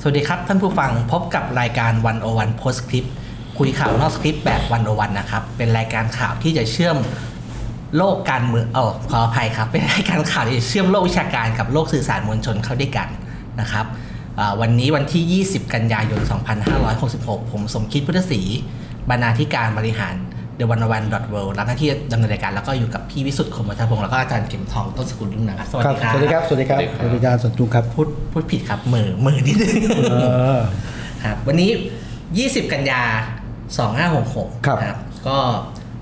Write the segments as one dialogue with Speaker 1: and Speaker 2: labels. Speaker 1: สวัสดีครับท่านผู้ฟังพบกับรายการวันโอวันโพสคลิปคุยข่าวนอกสคริปต์แบบวันโอวันนะครับเป็นรายการข่าวที่จะเชื่อมโลกการเมืองเออขออภัยครับ เป็นรายการข่าวที่จะเชื่อมโลกวิชาการกับโลกสื่อสารมวลชนเข้าด้วยกันนะครับอ่าวันนี้วันที่ 20 กันยายน 2566 ผมสมคิดพุทธศรีบรรณาธิการบริหาร The One One Dot World รับหน้าที่ดำเนินรายการแล้วก็อยู่กับพี่วิสุทธิ์คมวัฒนพงศ์แล้วก็อาจารย์เข็มทองต้นสกุลรุ่งนะครับสวัสดีครับ
Speaker 2: สวัสดีครับ สวัสดีครับ
Speaker 3: สวัสดีครั
Speaker 2: สวัสดีอาจาร
Speaker 3: บ
Speaker 2: ย์สันตุครับ
Speaker 1: พูดพูดผิดครับเหมือเหมือนิดนึง
Speaker 2: เออ
Speaker 1: ครับวันนี้ 20 กันยา 2566
Speaker 2: ครับ
Speaker 1: ก็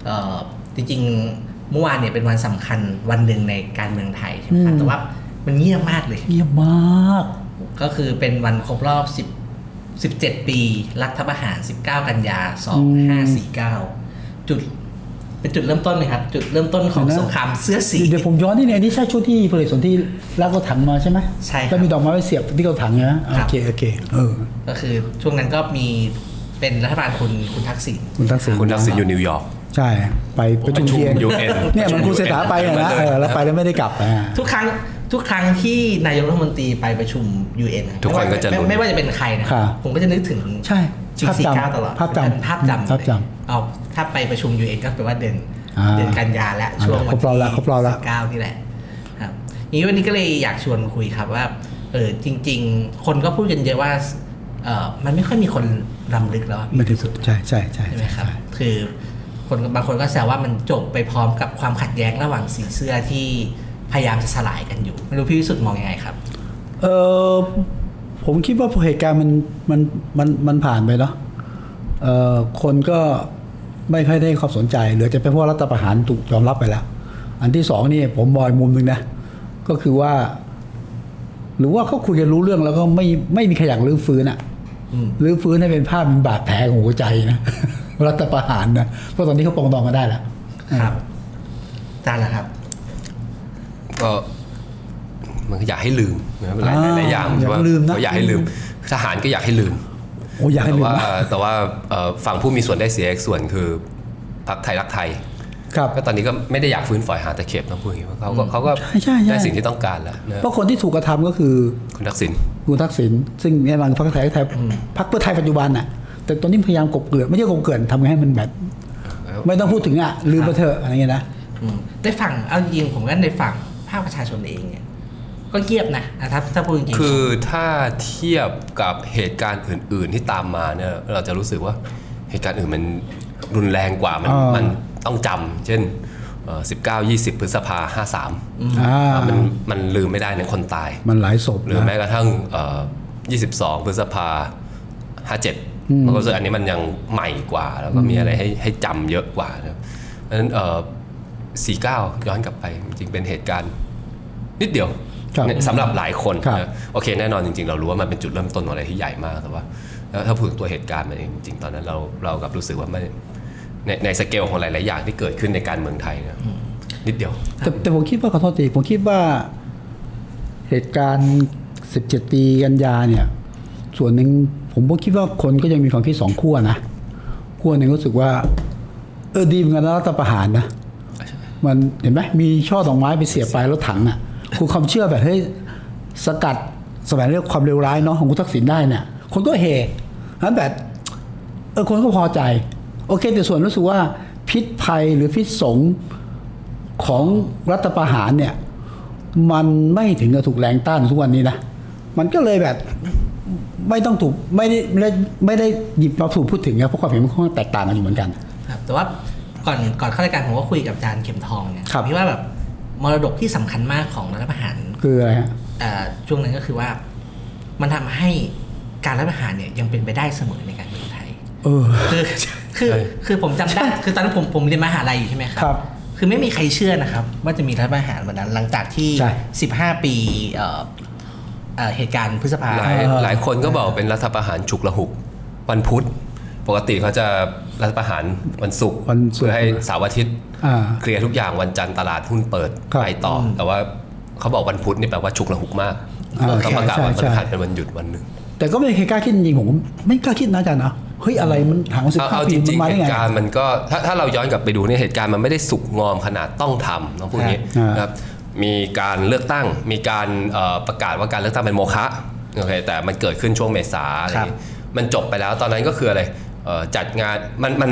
Speaker 1: เอ่อจริงๆ เมื่อวานเนี่ยเป็นวันสำคัญวันหนึ่งในการเมืองไทยใช่ไหมครับ
Speaker 2: อืม
Speaker 1: แต่ว่ามันเงียบมากเลย
Speaker 2: เยี่ยมมาก
Speaker 1: ก็คือเป็นวันครบรอบ 10 17 ปี รัฐประหาร 19 กันยา 2549 จุดเป็นจุดเริ่มต้นไหมครับ จุดเริ่มต้นของ
Speaker 2: เดี๋ยวนะ
Speaker 1: สงครามเสื้อสี
Speaker 2: เดี๋ยวผมย้อนนิดนึงอันนี้ใช่ชุดที่พลเอกสนที่ลากรถถังมาใช่ไหม
Speaker 1: ใช่ครับ
Speaker 2: แล้วมีดอกไม้ไปเสียบที่กรถถังนะ
Speaker 1: ครั
Speaker 2: โอบ เค โอเค เออ
Speaker 1: ก็คือช่วงนั้นก็มีเป็นรัฐบาลคุณคุณทักษิณ
Speaker 2: คุณทักษิณ
Speaker 3: คุณทักษิณอยู่นิวยอร์ก
Speaker 2: ใช่ ไปประชุมเทียน
Speaker 3: ยูเอ็น
Speaker 2: เนี่ยเหมันคุณเศรษฐาไปอะนะ เออ แล้วไปแล้วไม่ได้กลับอ่า
Speaker 1: ทุกครั้งทุกครั้งที่นายกรัฐมนตรีไปประชุม UN
Speaker 3: ทุกคนก็จะ
Speaker 1: ไม่
Speaker 3: ลุ้น
Speaker 1: ไม่ว่าจะเป็นใครนะ
Speaker 2: ค่ะ
Speaker 1: ผมก็จะนึกถึง
Speaker 2: ใช่
Speaker 1: จุด
Speaker 2: ภาพ
Speaker 1: สี่
Speaker 2: จำ
Speaker 1: เก้าตลอด
Speaker 2: ภาพจำ
Speaker 1: เป็นภาพจำ
Speaker 2: ภาพจำ
Speaker 1: เลยเอาถ้าไปประชุม UN ก็แปลว่าเดือน
Speaker 2: อ่า
Speaker 1: เดือนกันยาและช่วง
Speaker 2: ครบรอบละครบรอบละ
Speaker 1: เก้านี่แหละครับอย่างนี้วันนี้ก็เลยอยากชวนคุยครับว่าเออจริง ๆ คนก็พูดกันเยอะว่าเออมันไม่ค่อยมีคนรำลึกแล้วอะ
Speaker 2: ไม่ได้สุดใช่ใช่ใช่
Speaker 1: ใช่ไหม
Speaker 2: ใช่
Speaker 1: ครับ คือคนบางคนก็แซวว่ามันจบไปพร้อมกับความขัดแย้งระหว่างสีเสื้อที่พยายามจะสลายกันอยู่ ไม่รู้พี่วิสุทธ์มองยังไงครับ
Speaker 2: เออผมคิดว่าพอเหตุการณ์มันมันมันมันผ่านไปเนาะเออคนก็ไม่ค่อยได้ให้ความสนใจเหลือจะเป็นเพราะว่ารัฐประหารถูกยอมรับไปแล้ว อันที่สองนี่ผมมองอีกมุมหนึ่งนะ ก็คือว่า หรือว่าเขาคุยกันรู้เรื่องแล้วก็ไม่ไม่มีใครอยากรื้อฟื้นอะ
Speaker 1: อืม
Speaker 2: รื้อฟื้นให้เป็นภาพเป็นบาดแผลของหัวใจนะ รัฐประหารนะเพราะตอนนี้เขาปรองดองกันได้แล้ว
Speaker 1: ครับอาจารย์ละครับ
Speaker 3: ก็มันก็อยากให้ลืมนะหลาย
Speaker 2: อ่า
Speaker 3: หลายอย่าง
Speaker 2: อยากให้ลืมนะ
Speaker 3: เขาอยากให้ลืม ทหารก็อยากให้ลืม
Speaker 2: โอ้อยากให้
Speaker 3: แต่
Speaker 2: ลืม
Speaker 3: ว่า
Speaker 2: นะ
Speaker 3: แต่ว่าเอ่อฝั่งผู้มีส่วนได้เสียอีกส่วนคือพรรคไทยรักไทย
Speaker 2: ครับ
Speaker 3: ก็ตอนนี้ก็ไม่ได้อยากฟื้นฝอยหาตะเข็บนะพูดอย่างนี้ว่าเขาก็เขาก็
Speaker 2: ใช่ใช่ใช่
Speaker 3: ได้สิ่งที่ต้องการแล้วนะ
Speaker 2: เพราะคนที่ถูกกระทำก็คือ
Speaker 3: คุณทักษิณ
Speaker 2: คุณทักษิณซึ่งแน่นอนพรรคไทยไทยพรรคเพื่อไทยปัจจุบันน่ะ แต่ตอนนี้พยายามกบเกลื่อนไม่ใช่กบเกลื่อนทำไงให้มันแบบ ไม่ต้องพูดถึงอ่ะลืมไปเถอะอะไรเงี้ยนะ
Speaker 1: อืมได้ฝั่งเอาจริงๆผมก็ในฝั่งภาคประชาชนเองเนี่ย ก็เงียบนะอ่ะถ้าถ้าพูดจริงๆ
Speaker 3: คือถ้าเทียบกับเหตุการณ์อื่น ๆ ที่ตามมาเนี่ยเราจะรู้สึกว่าเหตุการณ์อื่นมันรุนแรงกว่ามัน
Speaker 2: อ่ามั
Speaker 3: มันต้องจำเช่นเอ่อ19 20 พฤษภา53
Speaker 2: อ่า
Speaker 3: มันมันลืมไม่ได้ในคนตาย
Speaker 2: มันหลายศพ
Speaker 3: หรือ
Speaker 2: นะ
Speaker 3: แม้กระทั่งเอ่อ22 พฤษภา57มันก็รู้สึกอันนี้มันยังใหม่กว่า แล้วก็มีอะไรให้ให้จำเยอะกว่านะครับเพราะฉะนั้นเอ่อ49 ย้อนกลับไปจริงๆเป็นเหตุการณ์ นิดเดียว
Speaker 2: ครับ
Speaker 3: เนี่ยสำหรับหลายคน
Speaker 2: ครับ
Speaker 3: นะโอเคแน่นอนจริงๆ เรารู้ว่ามันเป็นจุดเริ่มต้นของอะไรที่ใหญ่มากแต่ว่าแล้วถ้าพูดถึงตัวเหตุการณ์มันเองจริงๆตอนนั้นเราเรากลับรู้สึกว่าไม่ในในสเกลของหลายๆอย่างที่เกิดขึ้นในการเมืองไทยนะนิดเดียว
Speaker 2: แต่แต่ผมคิดว่าขอโทษทีผมคิดว่าเหตุการณ์ 17 ปีกันยาเนี่ย ส่วนหนึ่งผมก็คิดว่าคนก็ยังมีความคิดสองขั้วนะขั้วหนึ่งรู้สึกว่า เออดีเหมือนกันนะรัฐประหารนะ มันเห็นไหมมีช่อดอกไม้ไปเสียบปลายรถถังอ่ะคุณความเชื่อแบบเฮ้ยสกัดสมัยเรียกความเลวร้ายเนาะของคุณทักษิณได้เนี่ยคนก็เฮนั้นแบบ เออคนก็พอใจ โอเค แต่ส่วนรู้สึกว่าพิษภัยหรือพิษสงของรัฐประหารเนี่ย มันไม่ถึงกับถูกแรงต้านทุกวันนี้นะ มันก็เลยแบบไม่ต้องถูกไม่ได้ไม่ได้ไม่ได้หยิบมาถูกพูดถึงนะเพราะความเห็นมันค่อนข้างแตกต่างกันอยู่เหมือนกัน
Speaker 1: ครับแต่ว่าก่อนก่อนเข้ารายการผมก็คุยกับอาจารย์เข็มทองเนี่ย
Speaker 2: ครับ
Speaker 1: พี่ว่าแบบมรดกที่สำคัญมากของรัฐประหาร
Speaker 2: คืออะไรฮะ
Speaker 1: เอ่อช่วงนั้นก็คือว่ามันทำให้การรัฐประหารเนี่ยยังเป็นไปได้เสมอในการเมืองไทย
Speaker 2: เออ
Speaker 1: คือคือ
Speaker 3: ใช่
Speaker 1: คือผมจำได้คือตอนนั้นผมผมเรียนมหาลัยอยู่ใช่ไหมครั
Speaker 2: ครับ
Speaker 1: คือไม่มีใครเชื่อนะครับ ว่าจะมีรัฐประหารวันนั้น หลังจากที่
Speaker 2: ใช่
Speaker 1: 15 ปีเอ่อเอ่อเหตุการณ์พฤษภา
Speaker 3: หลาย
Speaker 2: เออ
Speaker 3: หลายคนก็บอกเป็นรัฐประหารฉุกละหุก วันพุธ ปกติเขาจะรัฐประหารวันศุกร์
Speaker 2: วันศุกร์
Speaker 3: เพื่อให้เสาร์อาทิตย์
Speaker 2: อ่า
Speaker 3: เคลียร์ทุกอย่างวันจันทร์ตลาดหุ้นเปิด
Speaker 2: ครับ
Speaker 3: ไปต่ออแต่ว่าเขาบอกวันพุธนี่แปลว่าฉุกละหุกมาก
Speaker 2: อ่า
Speaker 3: ก็ต้องประกาศ
Speaker 2: ใช่
Speaker 3: วันพ
Speaker 2: ใช่
Speaker 3: ฤหัสเป็นวันหยุดวันหนึ่ง
Speaker 2: แต่ก็ไม่มีใครกล้าคิดจริงๆผมไม่กล้าคิดนะอาจารย์นะเฮ้ยอะไรมันถามว่าสิบ
Speaker 3: เอา
Speaker 2: ห้า
Speaker 3: เอา
Speaker 2: ปี
Speaker 3: จ
Speaker 2: มั
Speaker 3: ริ
Speaker 2: นมา
Speaker 3: งๆเห
Speaker 2: ได้ไง
Speaker 3: ตุการณ์มันก็ถ้าถ้าเราย้อนกลับไปดูเนี่ยเหตุการณ์มันไม่ได้สุกงอมขนาดต้องทำต้องพูดอย่างนี้
Speaker 2: อ่าน
Speaker 3: นะครับมีการเลือกตั้งมีการเอ่อประกาศว่าการเลือกตั้งเป็นโมฆะ โอเคแต่มันเกิดขึ้นช่วงเมษาอะไรอย่างงี้มันจบไปแล้วตอนนั้นก็คืออะไรเอ่อจัดงานมันมัน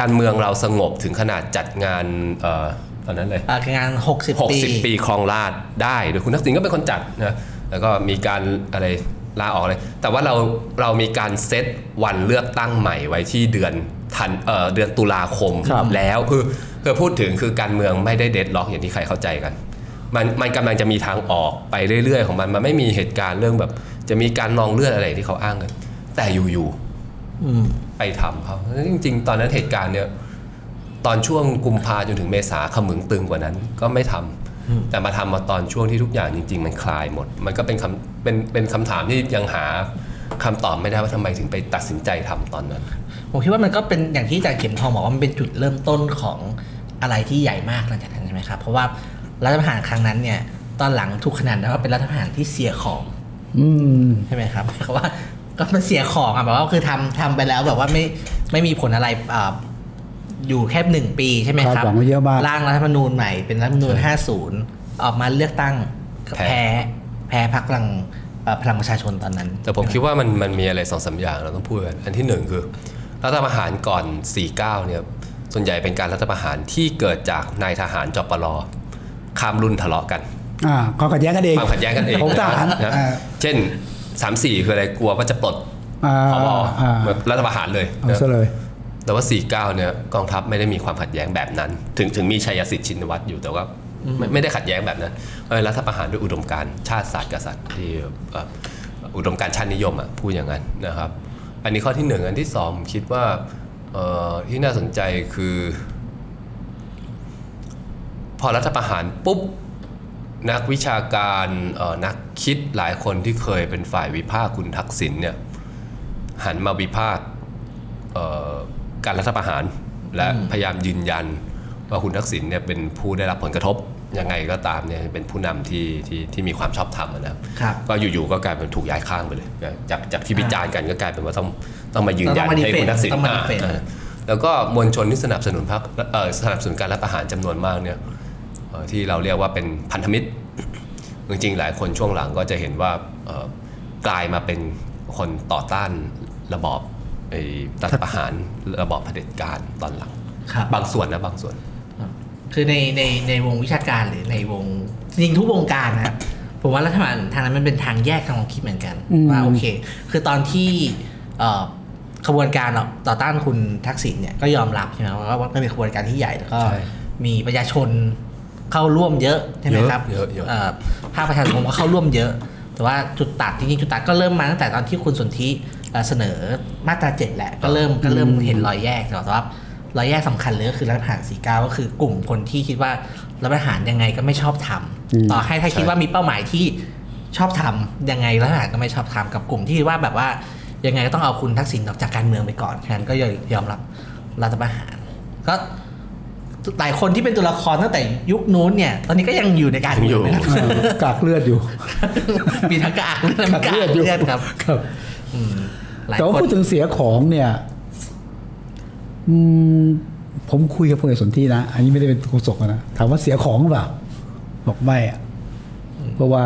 Speaker 3: การเมืองเราสงบถึงขนาดจัดงานเอ่อตอนนั้นเลย
Speaker 1: อ่างาน60
Speaker 3: 60 ปีครองราชย์ได้โดยคุณทักษิณก็เป็นคนจัดนะแล้วก็มีการอะไรลาออกเลย แต่ว่าเราเรามีการเซตวันเลือกตั้งใหม่ไว้ที่เดือนธันเอ่อเดือนตุลาคม
Speaker 2: ครับ
Speaker 3: แล้วคือคือพูดถึงคือการเมืองไม่ได้เดดล็อกอย่างที่ใครเข้าใจกัน มันมันกำลังจะมีทางออกไปเรื่อยๆ ของมันมันไม่มีเหตุการณ์เรื่องแบบ จะมีการนองเลือดอะไรที่เขาอ้างกัน แต่อยู่ๆ
Speaker 1: อืม
Speaker 3: ไปทำเขาจริง ๆ ตอนนั้นเหตุการณ์เนี่ย ตอนช่วงกุมภาจนถึงเมษาขมึงตึงกว่านั้น ก็ไม่ทำแต่มาทำมาตอนช่วงที่ทุกอย่างจริง ๆ มันคลายหมด มันก็เป็นคำเป็นเป็นคำถามที่ยังหาคำตอบไม่ได้ว่าทำไมถึงไปตัดสินใจทำตอนนั้น
Speaker 1: ผมคิดว่ามันก็เป็นอย่างที่อาจารย์เข็มทองบอกว่ามันเป็นจุดเริ่มต้นของอะไรที่ใหญ่มากหลังจากนั้นใช่ไหมครับ เพราะว่ารัฐประหารครั้งนั้นเนี่ยตอนหลังถูกขนานนามว่าเป็นรัฐประหารที่เสียของ
Speaker 2: อืม
Speaker 1: ใช่ไหมครับ เพราะว่าก็มันเสียของอะแบบว่าคือทำทำไปแล้วแบบว่าไม่ไม่มีผลอะไรอ่าอยู่แค่หนึ่งปีใช่ไหมค
Speaker 2: คา
Speaker 1: รับ
Speaker 2: ดหวังไว้เยอะมาก
Speaker 1: ร่างรัฐธรรมนูญใหม่เป็นรัฐธรรมนูญ 50 ออกมาเลือกตั้ง
Speaker 3: แพ้
Speaker 1: แพ้แพ้พรรคพลังเอ่อพลังประชาชนตอนนั้น
Speaker 3: แต่ผมคิดว่ามันมันมีอะไรสองสามอย่างเราต้องพูดกันอันที่หนึ่งคือรัฐประหารก่อน 49 เนี่ยส่วนใหญ่เป็นการรัฐประหารที่เกิดจากนายทหารจปรข้ามรุ่นทะเลาะกัน
Speaker 2: อ่าความขัดแย้งกันเอง
Speaker 3: ความขัดแย้งกันเอง
Speaker 2: ของทหาร
Speaker 3: นะ
Speaker 2: อ่า
Speaker 3: เช่น 3-4 คืออะไรกลัวว่าจะปลด
Speaker 2: อ่า
Speaker 3: พบ
Speaker 2: อ่า
Speaker 3: แบบรัฐประหารเลย
Speaker 2: เอา
Speaker 3: นะ
Speaker 2: ซะเลย
Speaker 3: แต่ว่า 49 เนี่ยกองทัพไม่ได้มีความขัดแย้งแบบนั้น ถึงถึงมีชัยสิทธิ์ชินวัตรอยู่แต่ว่าไม่ไม่ได้ขัดแย้งแบบนั้นเออรัฐประหารด้วยอุดมการณ์ชาติศาสตร์กษัตริย์ที่เอ่ออุดมการณ์ชาตินิยมอ่ะพูดอย่างนั้นนะครับ อันนี้ข้อที่หนึ่งอันที่สองผมคิดว่าเอ่อที่น่าสนใจคือ พอรัฐประหารปุ๊บ นักวิชาการเอ่อนักคิดหลายคนที่เคยเป็นฝ่ายวิพากษ์คุณทักษิณเนี่ย หันมาวิพากษ์เอ่อการรัฐประหาร และพยายามยืนยันว่าคุณทักษิณเนี่ยเป็นผู้ได้รับผลกระทบ ยังไงก็ตามเนี่ยเป็นผู้นำที่ที่ที่มีความชอบธรรมอะนะครับ ก็อยู่ๆก็กลายเป็นถูกย้ายข้างไปเลยจากจากที่วิจารณ์กันก็กลายเป็นว่าต้องต้องมายืนยัน
Speaker 1: ต้องมา
Speaker 3: ให้
Speaker 1: defend
Speaker 3: คุณทักษิณ
Speaker 1: ต้องมา
Speaker 3: อ่า
Speaker 1: defend
Speaker 3: อ่าแล้วก็มวลชนที่สนับสนุนพรรคเอ่อสนับสนุนการรัฐประหารจำนวนมากเนี่ยเอ่อที่เราเรียกว่าเป็นพันธมิตร จริงๆ หลายคนช่วงหลังก็จะเห็นว่าเอ่อกลายมาเป็นคนต่อต้านระบอบไอ้รัฐประหารระบอบเผด็จการตอนหลัง
Speaker 1: ครับ
Speaker 3: บางส่วนนะบางส่วน
Speaker 1: คือในในในวงวิชาการหรือในวงจริงๆทุกวงการนะผมว่ารัฐบาลทางนั้นมันเป็นทางแยกทางความคิดเหมือนกัน
Speaker 2: อืม
Speaker 1: ว่าโอเค คือตอนที่เอ่อขบวนการต่อต้านคุณทักษิณเนี่ยก็ยอมรับใช่ไหมว่าว่ามันเป็นขบวนการที่ใหญ่แล้วก็
Speaker 3: ใช่
Speaker 1: มีประชาชนเข้าร่วมเยอะใช่ไหม
Speaker 3: เยอะ
Speaker 1: ครับ
Speaker 3: เยอะเยอะ
Speaker 1: เอ่อภาคประชาสังคมก็เข้าร่วมเยอะ แต่ว่าจุดตัดจริงๆจุดตัดก็เริ่มมาตั้งแต่ตอนที่คุณสนธิเอ่อเสนอมาตราเจ็ดแหละก็เริ่มก็เริ่มเห็นรอยแยกแต่ว่ารอยแยกสำคัญเลยก็คือรัฐประหารสีเก้าก็คือกลุ่มคนที่คิดว่ารัฐประหารยังไงก็ไม่ชอบทำ
Speaker 2: อืม
Speaker 1: ต่อให้ถ้าคิดว่ามีเป้าหมายที่ชอบทำยังไงรัฐประหารก็ไม่ชอบทำกับกลุ่มที่ว่าแบบว่ายังไงก็ต้องเอาคุณทักษิณออกจากการเมืองไปก่อนฉะนั้นก็ยอมรับรัฐประหารก็ หลายคนที่เป็นตัวละครตั้งแต่ยุคนู้นเนี่ย ตอนนี้ก็ยังอยู่ในการ
Speaker 3: ยังอยู่
Speaker 1: เมืนะครับ
Speaker 2: เออกากเลือดอยู่
Speaker 1: มีทั้งกากเลือดและกากเลือดครับ
Speaker 2: ครับ
Speaker 1: อืมหลาย
Speaker 2: แต่ว่า
Speaker 1: คน
Speaker 2: พูดถึงเสียของเนี่ยอืมผมคุยกับพลเอกสนธินะ อันนี้ไม่ได้เป็นโฆษกนะ ถามว่าเสียของหรือเปล่า บอกไม่อะเพราะว่า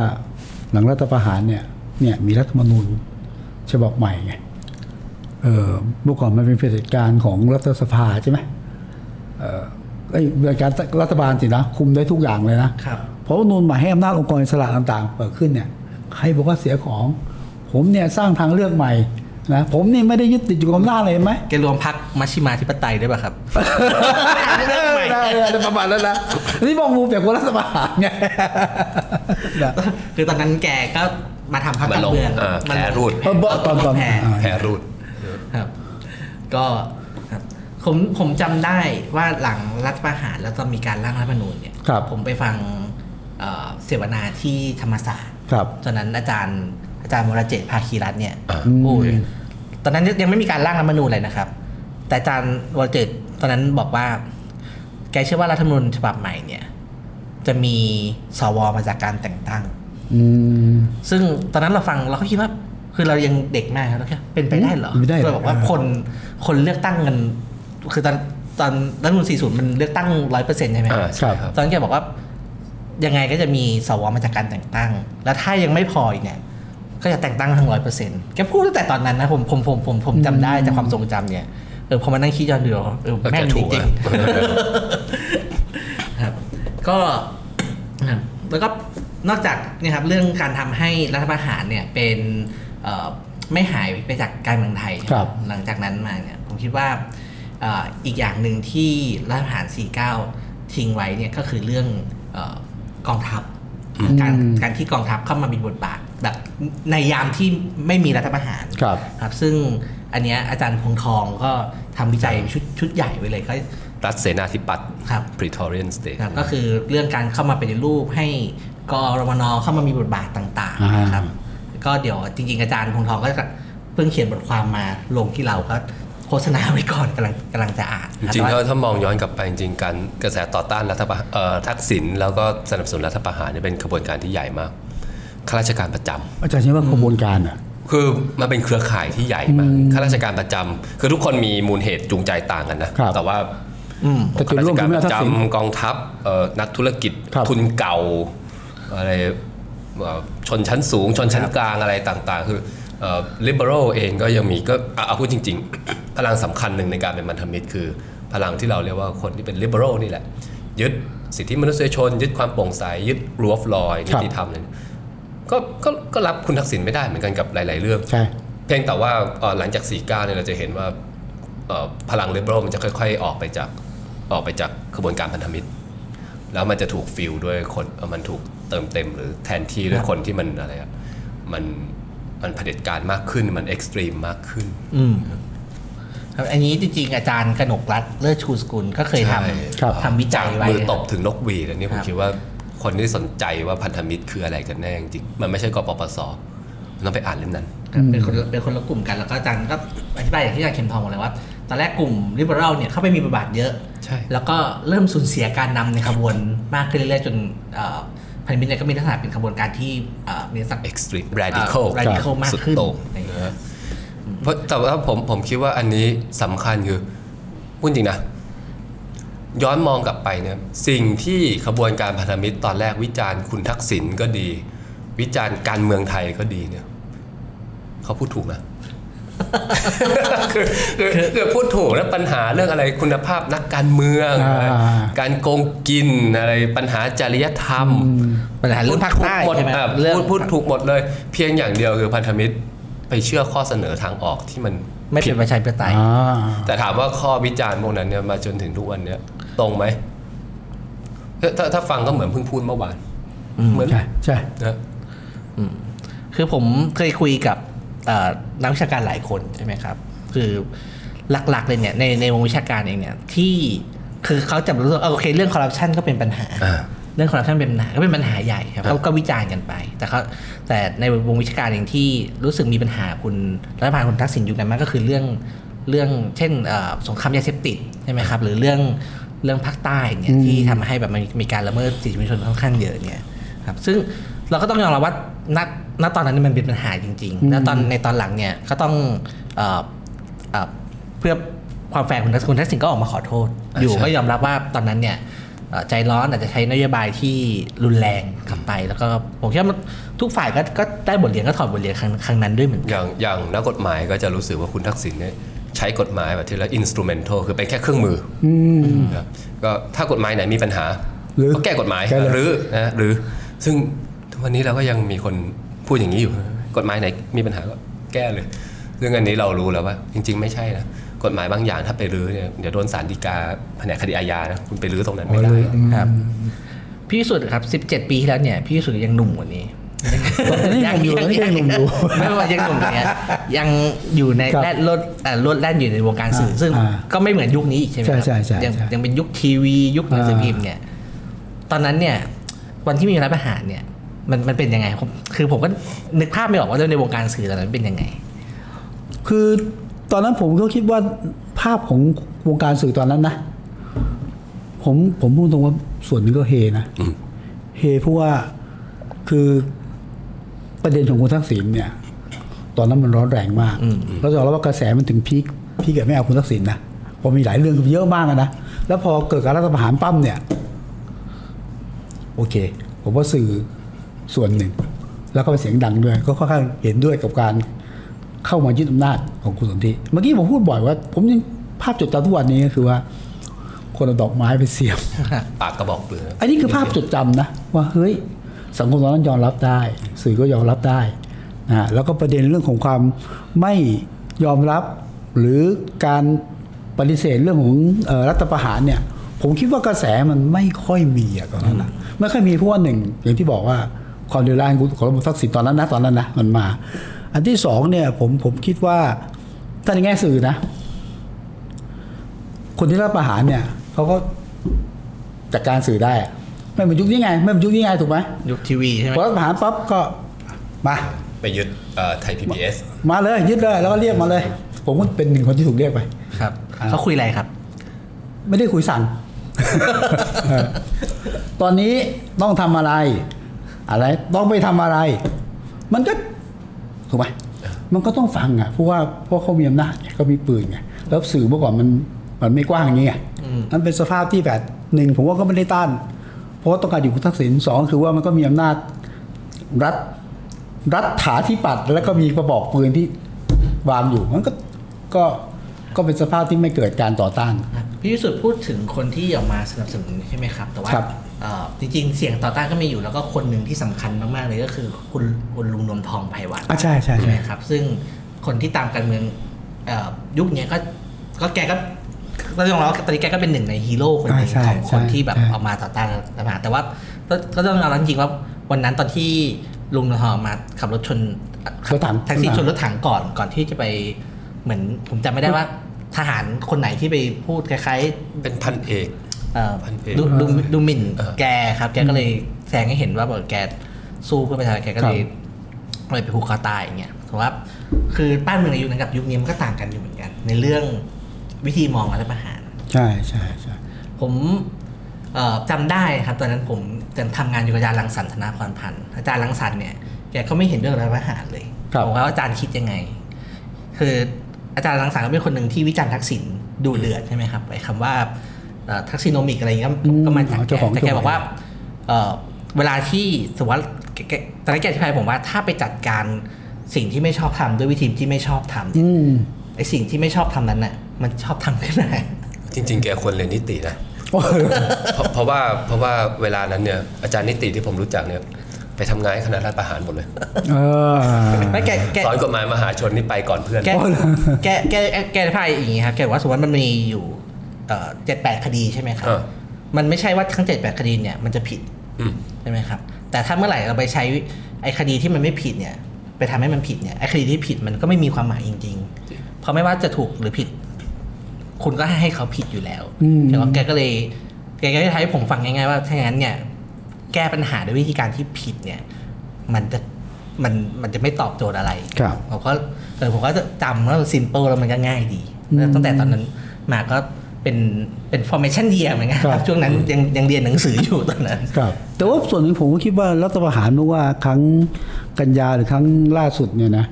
Speaker 2: หลังรัฐประหารเนี่ย เนี่ย มีรัฐธรรมนูญฉบับใหม่ไง เออเมื่อก่อนมันเป็นเผด็จการของรัฐสภาใช่ไหมเออไอ้ยเผด็จการรัฐบาลสินะ คุมได้ทุกอย่างเลยนะ
Speaker 1: ครับ
Speaker 2: เพราะว่านูนหมายให้อำนาจองค์กรอิสระต่างๆ เปิดขึ้นเนี่ยใครบอกว่าเสียของ ผมเนี่ยสร้างทางเลือกใหม่นะผมนี่ไม่ได้ยึดติดอยู่กับอำนาจเลยเห็นไหม
Speaker 1: แกรวมพักมัชชิมาธิปไตยด้วยป่ะ ครับ
Speaker 2: เออได้ได้ประมาณนั้นนะนี่มองมูเปรียบกับรัฐประหาร ไงนะ
Speaker 1: คือตอนนั้นแกก็มาทำพรรคการเมือง
Speaker 3: มาลงเออ
Speaker 1: มาลง
Speaker 3: แพ้รูด
Speaker 2: เออเบอะตอนตอน
Speaker 1: แพ้
Speaker 2: อ่า
Speaker 3: แพรรูด
Speaker 1: ครับ ก็ครับผมผมจำได้ว่าหลังรัฐประหารแล้วก็มีการร่างรัฐธรรมนูญเนี่ย
Speaker 2: ครับ
Speaker 1: ผมไปฟังเอ่อเสวนาที่ธรรมศาสตร์
Speaker 2: ครับ
Speaker 1: ตอนนั้นอาจารย์อาจารย์วรเจตน์ภาคีรัตน์เนี่ย
Speaker 3: อ่า
Speaker 1: โอ้ย
Speaker 2: อืม
Speaker 1: ตอนนั้นยังไม่มีการร่างรัฐธรรมนูญเลยนะครับ แต่อาจารย์วรเจตน์ตอนนั้นบอกว่า แกเชื่อว่ารัฐธรรมนูญฉบับใหม่เนี่ย จะมีสวมาจากการแต่งตั้ง
Speaker 2: อืม
Speaker 1: ซึ่งตอนนั้นเราฟังเราก็คิดว่า คือเรายังเด็กมากครับเราแค่เป็นไปได้เหรอ
Speaker 2: ไม่ได้หรอ
Speaker 1: เราบอกว่าคนคนเลือกตั้งกัน คือตอนตอนรัฐธรรมนูญ40 มันเลือกตั้งร้อยเปอร์เซ็นต์ใช่ไหม
Speaker 3: อ่าใช่ครับ
Speaker 1: ตอนนนแกบอกว่ายังไงก็จะมีสวมาจากการแต่งตั้ง แล้วถ้ายังไม่พออีกเนี่ย ก็จะแต่งตั้งทั้งร้อยเปอร์เซ็นต์แกพูดตั้งแต่ตอนนั้นนะผมผมผมผมผมจำได้จากความทรงจำเนี่ยเออพอมานั่งคิดย้อนดูเออ
Speaker 3: ก็
Speaker 1: แม่
Speaker 3: แก
Speaker 1: งจ
Speaker 3: ถูก
Speaker 1: ริง
Speaker 3: อะ
Speaker 1: ๆครับ ก็นะครับแล้วก็นอกจากเนี่ยครับเรื่องการทำให้รัฐประหารเนี่ยเป็นเอ่อไม่หายไปจากการเมืองไทย
Speaker 2: ครับ
Speaker 1: หลังจากนั้นมาเนี่ยผมคิดว่าเอ่ออีกอย่างหนึ่งที่รัฐประหาร 49 ทิ้งไว้เนี่ยก็คือเรื่องเออกองทัพการ
Speaker 2: อืม
Speaker 1: การที่กองทัพเข้ามามีบทบาทแบบในยามที่ไม่มีรัฐประหาร
Speaker 2: ครับ
Speaker 1: ครับซึ่งอันเนี้ยอาจารย์พงทองก็ทำวิจัยชุดชุดใหญ่ไว้เลยก็
Speaker 3: รัฐเสนาธิปัตย์
Speaker 1: ครับ
Speaker 3: Praetorian State
Speaker 1: นะครับก็คือเรื่องการเข้ามาเป็นรูปให้กรมนเข้ามามีบทบาทต่างๆนะครับก็เดี๋ยวจริงๆอาจารย์พงทองก็จะเพิ่งเขียนบทความมาลงที่เราก็โฆษณาไว้ก่อนก ำลังกำลังจะอ่าน
Speaker 3: จริงๆ
Speaker 1: ค
Speaker 3: ถ้า
Speaker 1: บ
Speaker 3: ถ้ามองย้อนกลับไปจริงๆการกระแสต่อต้านรัฐประหารเอ่อทักษิณแล้วก็สนับสนุนรัฐประหารเนี่ยเป็นขบวนการที่ใหญ่มากข้าราชการประจำ
Speaker 2: อาจารย์ใช้ว่ากระบวนการอ่ะ
Speaker 3: คือมันเป็นเครือข่ายที่ใหญ่มากข้าราชการประจำคือทุกคนมีมูลเหตุจูงใจต่างกันนะ
Speaker 2: ครับ
Speaker 3: แต่ว่า
Speaker 1: อืม
Speaker 2: แต่จุดร่วม
Speaker 3: ข้า
Speaker 2: คือไม่
Speaker 3: ราชการป
Speaker 2: ได้ทั
Speaker 3: ระ
Speaker 2: กษิณ
Speaker 3: จำกองทัพเอ่อนักธุรกิจ
Speaker 2: ครับ
Speaker 3: ทุนเก่าอะไรเอ่อชนชั้นสูง ชนชั้นกลางอะไรต่างๆ คือเอ่อ liberal เองก็ยังมีก็อ่ะเอาพูดจริง ๆ พลังสำคัญหนึ่งในการเป็นมันธมิตรคือ พลังที่เราเรียกว่าคนที่เป็น liberal นี่แหละ ยึดสิทธิมนุษยชน ยึดความโปร่งใสยึดรูฟลอยนิติธรรมเลยก็ก็ก็รับคุณทักษิณไม่ได้เหมือนกันกับหลายๆเรื่อง
Speaker 2: ใช่
Speaker 3: เพียงแต่ว่าเอ่อหลังจาก 49 เนี่ยเราจะเห็นว่าเอ่อพลังเลเบรมันจะค่อย ๆ ออกไปจากออกไปจากขบวนการพันธมิตร แล้วมันจะถูกฟิลด้วยคนเอ่อมันถูกเติมเต็มหรือแทนที่ด้วยคนที่มันอะไรอะมันมันเผด็จการมากขึ้นมันเอ็กซ์ตรีมมากขึ้น
Speaker 1: อืมครับอันนี้จริงๆอาจารย์กนกรัตน์เลิศชูสกุลก็เคยท
Speaker 3: ใช่
Speaker 2: ครับ
Speaker 1: ำทำวิจัยไว้
Speaker 3: มือตบถึงนกหวีดอันนี้ผ
Speaker 1: ค
Speaker 3: ม
Speaker 1: รับ
Speaker 3: คิดว่าคนที่สนใจว่าพันธมิตรคืออะไรกันแน่จริงๆมันไม่ใช่กปปสมันต้องไปอ่านเล่มนั้น
Speaker 1: ครับเป็นคนเป็นคนละกลุ่มกันแล้วก็อาจารย์ก็อธิบายอย่างที่อาจารย์เข็มทองบอกเลยว่าตอนแรกกลุ่ม liberal เนี่ยเข้าไปมีบทบาทเยอะ
Speaker 3: ใช่
Speaker 1: แล้วก็เริ่มสูญเสียการนำในขบวนมากขึ้นเรื่อยๆจนเอ่อพันธมิตรเนี่ยก็มีลักษณะเป็นขบวนการที่เอ่อมีสัก
Speaker 3: เอ็กซ์ตรีมแรดิคอล
Speaker 1: r a d i c a l มาก
Speaker 3: สุด
Speaker 1: ขึ้น
Speaker 3: โต่ง
Speaker 1: อะไรอย่างเงี้ย
Speaker 3: เพราะแต่ว่าผมผมคิดว่าอันนี้สำคัญคือพูดจริงนะ ย้อนมองกลับไปเนี่ยสิ่งที่ขบวนการพันธมิตรตอนแรกวิจารณ์คุณทักษิณก็ดี วิจารณ์การเมืองไทยก็ดีเนี่ยเขาพูดถูกนะ คือคือคือพูดถูกแล้วปัญหาเรื่องอะไรคุณภาพนักการเมือง
Speaker 2: อ่า
Speaker 3: การโกงกินอะไรปัญหาจริยธรรม
Speaker 1: ปัญหาเรื่องภาคใต้
Speaker 3: พูดถูกหมด
Speaker 1: ใช่ไหม
Speaker 3: อ่ะ
Speaker 1: เรื่อง
Speaker 3: พูดพูดถูกหมดเลย เพียงอย่างเดียวคือพันธมิตรไปเชื่อข้อเสนอทางออกที่มัน
Speaker 1: ไม่เป็นประชาธิปไตย
Speaker 2: อ่า
Speaker 3: แต่ถามว่าข้อวิจารณ์พวกนั้นเนี่ยมาจนถึงทุกวันเนี่ยตรงไหมถ้าถ้าถ้าฟังก็เหมือนเพิ่งพูดเมื่อวานเหมือน
Speaker 2: ใช่ใช่
Speaker 3: นะ
Speaker 1: คือผมเคยคุยกับเอ่อนักวิชาการหลายคนใช่ไหมครับ คือหลักๆเลยเนี่ยในในวงวิชาการเองเนี่ยที่คือเขาจะรู้สึกว่าเออโอเคเรื่องคอร์รัปชันก็เป็นปัญหา
Speaker 3: อ่า
Speaker 1: เรื่องคอร์รัปชันเป็นปัญหาก็เป็นปัญหาใหญ่ครับ
Speaker 3: ครับ
Speaker 1: ก็ก็วิจารณ์กันไป แต่เขาแต่ในวงวิชาการเองที่รู้สึกมีปัญหาคุณรัฐบาลคุณทักษิณยุคนั้นมากก็คือเรื่องเรื่องเช่นเอ่อสงครามยาเสพติดใช่ไหมครับหรือเรื่องเรื่องภาคใต้เนี่ย
Speaker 2: อืม
Speaker 1: ที่ทำให้แบบมันมีการละเมิดสิทธิมนุษยชนค่อนข้างเยอะเนี่ยครับซึ่งเราก็ต้องยอมรับว่าณณตอนนั้นมันเป็นปัญหาจริงๆแล้วตอนในตอนหลังเนี่ยก็ต้องเอ่อเอ่อเพื่อความแฟร์คุณทักษิณคุณทักษิณก็ออกมาขอโทษ อยู่
Speaker 3: ใช่
Speaker 1: ก็ยอมรับว่าตอนนั้นเนี่ยเอ่อใจร้อนอาจจะใช้นโยบายที่รุนแรงกลับไป แล้วก็ผมคิดว่ามันทุกฝ่ายก็ก็ได้บทเรียนก็ถอดบทเรียนครั้งครั้งนั้นด้วยเหมือนกัน
Speaker 3: อย่างอย่างนักกฎหมายก็จะรู้สึกว่าคุณทักษิณเนี่ยใช้กฎหมายแบบที่ละ instrumental คือเป็นแค่เครื่องมือ
Speaker 2: อืม
Speaker 3: อนะครับก็ถ้ากฎหมายไหนมีปัญหา
Speaker 2: หรือ
Speaker 3: ก็แก้กฎหมาย
Speaker 2: แก้เลย
Speaker 3: หรือนะหรือ ซึ่งทุกวันนี้เราก็ยังมีคนพูดอย่างนี้อยู่ กฎหมายไหนมีปัญหาก็แก้เลยซึ่งอันนี้เรารู้แล้วว่า จริง ๆ ไม่ใช่นะกฎหมายบางอย่างถ้าไปรื้อเนี่ยเดี๋ยวโดนศาลฎีกาแผนกคดีอาญานะคุณไปรื้อตรงนั้นไม่ได้
Speaker 1: ครับ พี่วิสุดครับ 17 ปีที่แล้วเนี่ย พี่วิสุดยังหนุ่มกว่านี้
Speaker 2: นี่ยังอยู่นะยังหนุ่มอยู่
Speaker 1: ไม่ว่ายังหนุ่มอยู่เนี่ยยังอยู่ใน
Speaker 2: ครับ
Speaker 1: แรดโลดเอ่อโลดแล่นอยู่ในวงการสื่อ ซึ่ง
Speaker 2: อ่า
Speaker 1: ก็ไม่เหมือนยุคนี้อีกใช่ไหมครับ
Speaker 2: ใช่ใช่ใช่
Speaker 1: ยัง
Speaker 2: ใช่
Speaker 1: ยังเป็นยุคทีวี ยุคหนังสือพิมพ์เนี่ย ตอนนั้นเนี่ย วันที่มีรัฐประหารเนี่ย มันมันเป็นยังไงผมคือผมก็นึกภาพไม่ออกว่าในวงการสื่อตอนนั้นเป็นยังไง
Speaker 2: คือตอนนั้นผมก็คิดว่าภาพของวงการสื่อตอนนั้นนะ ผมผมพูดตรงว่าส่วนหนึงก็เฮนะเฮเพราะว่าคือประเด็นของคุณทักษิณเนี่ย ตอนนั้นมันร้อนแรงมากแล้วจะบอกว่ากระแสมันถึงพีคพีคกับไม่เอาคุณทักษิณนะเพอมีหลายเรื่องเยอะมากอะนะแล้วพอเกิดการรัฐประหารปั้มเนี่ย โอเค ผมว่าสื่อส่วนหนึ่ง แล้วก็เป็นเสียงดังด้วย ก็ค่อนข้างเห็นด้วยกับการเข้ามายึดอำนาจของคุณสนธิเมื่อกี้ผมพูดบ่อยว่า ผมยังภาพจดจำทุกวันนี้ก็คือว่า คนเอาดอกไม้ไปเสียบ
Speaker 3: ปากกระบอกปืน
Speaker 2: อันนี้คือภาพจดจำนะ ว่าเฮ้ยสังคมตอนนั้นยอมรับได้ สื่อก็ยอมรับได้นะแล้วก็ประเด็นเรื่องของความไม่ยอมรับ หรือการปฏิเสธเรื่องของเออรัฐประหารเนี่ย ผมคิดว่ากระแสมันไม่ค่อยมีอะตอนนั้นนะไม่ค่อยมีเพราะว่าหนึ่งอย่างที่บอกว่าความเดือดร้อนของระบบทักษิณตอนนั้นนะตอนนั้นนะมันมา อันที่สองเนี่ยผมผมคิดว่าถ้าในแง่สื่อนะ คนที่รับประหารเนี่ยเขาก็ จัดการสื่อได้อะไม่เหมือนยุคนี้ไง ไม่เหมือนยุคนี้ไงถูกไหม
Speaker 1: ยุคทีวีใช่ไหม
Speaker 2: พอรัฐประหารปั๊บก็มา
Speaker 3: ไปยึดไทยพีบีเอส
Speaker 2: มาเลยยึดเลยแล้วก็เรียกมาเลย ผมก็เป็นหนึ่งคนที่ถูกเรียกไป
Speaker 1: ครับเขาคุยอะไรครับ
Speaker 2: ไม่ได้คุยสั่ง เออตอนนี้ต้องทำอะไร อะไรต้องไปทำอะไร มันก็ถูกไหมมันก็ต้องฟังอ่ะเพราะว่าเพราะเขามีอำนาจไงเขามีปืนไงแล้วสื่อเมื่อก่อนมันมันไม่กว้างอย่างนี้ไงนั่นเป็นสภาพที่แบบหนึ่งผมว่าก็ไม่ได้ต้าน เพราะว่าต้องการอยู่คุณทักษิณสองคือว่ามันก็มีอำนาจรัฐรัฐถาที่ปัดแล้วก็มีกระบอกปืนที่วางอยู่มันก็ก็ก็เป็นสภาพที่ไม่เกิดการต่อต้าน
Speaker 1: พี่วิสุทธ์พูดถึงคนที่ออกมาสนับสนุนใช่ไหมครับ แต่ว่า
Speaker 2: ครับ
Speaker 1: เอ่อจริงๆ เสียงต่อต้านก็มีอยู่แล้วก็คนหนึ่งที่สำคัญมากๆเลยก็คือคุณคุณลุงนวมทองไพวัน
Speaker 2: อ่ะใช่ใช่
Speaker 1: ใช่ไห
Speaker 2: ใช่
Speaker 1: มครับ ซึ่งคนที่ตามการเมืองเอ่อยุคเนี้ยก็ก็แกก็ก็ต้องยอมรับว่าตอนนี้แกก็เป็นหนึ่งในฮีโร่คนหนึ่ง
Speaker 2: อ่าใช่
Speaker 1: ของคน
Speaker 2: ใช่
Speaker 1: ที่แบบ
Speaker 2: ใช่
Speaker 1: ออกมาต่อต้านรัฐบาลแต่ว่าก็ก็ต้องยอมรับจริงๆว่าวันนั้นตอนที่ลุงนวมทองมาขับรถชน
Speaker 2: รถถัง
Speaker 1: แท็กซี่ชนรถถังก่อนก่อนที่จะไปเหมือนผมจำไม่ได้ว่าทหารคนไหนที่ไปพูดคล้าย
Speaker 3: เป็นพันเอก
Speaker 1: ๆเอ่อ
Speaker 3: พันเอก
Speaker 1: ดูดูดูหมิ่น
Speaker 3: เออ
Speaker 1: แกครับ แกก็เลยแสดงให้เห็นว่าแบบแกสู้เพื่อประชาชนแกก็เลยเลยไปผูกคอตายอย่างเงี้ยถือว่าคือบ้านเมืองในยุคนั้นกับยุคนี้มันก็ต่างกันอยู่เหมือนกัน ในเรื่องวิธีมองรัฐประหาร
Speaker 2: ใช่ใช่ใช่
Speaker 1: ผมเอ่อจำได้ครับ ตอนนั้นผมจะทำงานอยู่กับอาจารย์รังสรรค์ธนาพรพันธ์อาจารย์รังสรรค์เนี่ยแกก็ไม่เห็นเรื่องรัฐประหารเลยผมว่าอาจารย์คิดยังไง คืออาจารย์รังสรรค์ก็เป็นคนหนึ่งที่วิจารณ์ทักษิณดูเดือดใช่ไหมครับไอ้คำว่าเอ่อทักษิโนมิกอะไรอย่างเงี้ยก็มาจากแกแต่แกบอกว่า เอ่อเวลาที่สมมติว่าแกแกตอนนั้นแกอธิบายผมว่าถ้าไปจัดการสิ่งที่ไม่ชอบทำด้วยวิธีที่ไม่ชอบทำเนี่ย
Speaker 2: อืม
Speaker 1: ไอ้สิ่งที่ไม่ชอบทำนั้นน่ะมันชอบทำขึ้นมา
Speaker 3: จริง ๆ แกควรเรียนนิตินะ
Speaker 2: โอ้ ย
Speaker 3: เพราะเพราะว่าเพราะว่าเวลานั้นเนี่ยอาจารย์นิติที่ผมรู้จักเนี่ยไปทำงานให้คณะรัฐประหารหมดเลย
Speaker 2: เออ
Speaker 1: ไม่แกแก
Speaker 3: สอนกฎหมายมหาชนนี่ไปก่อนเพื่อน
Speaker 1: แก
Speaker 2: โอ้เหรอ
Speaker 1: แกแกแกไพ่อย่างงี้ครับแกบอกว่าสมมติมันมีอยู่เจ็ดแปดคดีใช่ไหมครับ
Speaker 3: เออ
Speaker 1: มันไม่ใช่ว่าทั้งเจ็ดแปดคดีเนี่ยมันจะผิด
Speaker 3: อืม
Speaker 1: ใช่ไหมครับ แต่ถ้าเมื่อไหร่เราไปใช้ไอ้คดีที่มันไม่ผิดเนี่ย ไปทำให้มันผิดเนี่ยไอ้คดีที่ผิดมันก็ไม่มีความหมายจริงๆเพราะไม่ว่าจะถูกหรือผิด คุณก็ให้ให้เขาผิดอยู่แล้ว
Speaker 2: อืม
Speaker 1: แต่ว่าแกก็เลยแกก็เลยทำให้ผมฟังง่ายๆว่าถ้างั้นเนี่ย แก้ปัญหาด้วยวิธีการที่ผิดเนี่ย มันจะมันมันจะไม่ตอบโจทย์อะไร
Speaker 2: ครับ
Speaker 1: ผมก็เออผมก็จะจำแล้วซิมเปิลแล้วมันก็ง่ายดีแล้วตั้งแต่ตอนนั้นมาก็เป็นเป็น formation year เหมือนกันค
Speaker 2: ครั
Speaker 1: รับบ ช่วงนั้นยังยังเรียนหนังสืออยู่ตอนนั้น
Speaker 2: ครับแต่ว่าส่วนหนึ่งผมก็คิดว่ารัฐประหารเมื่อว่าครั้งกันยาหรือครั้งล่าสุดเนี่ยนะ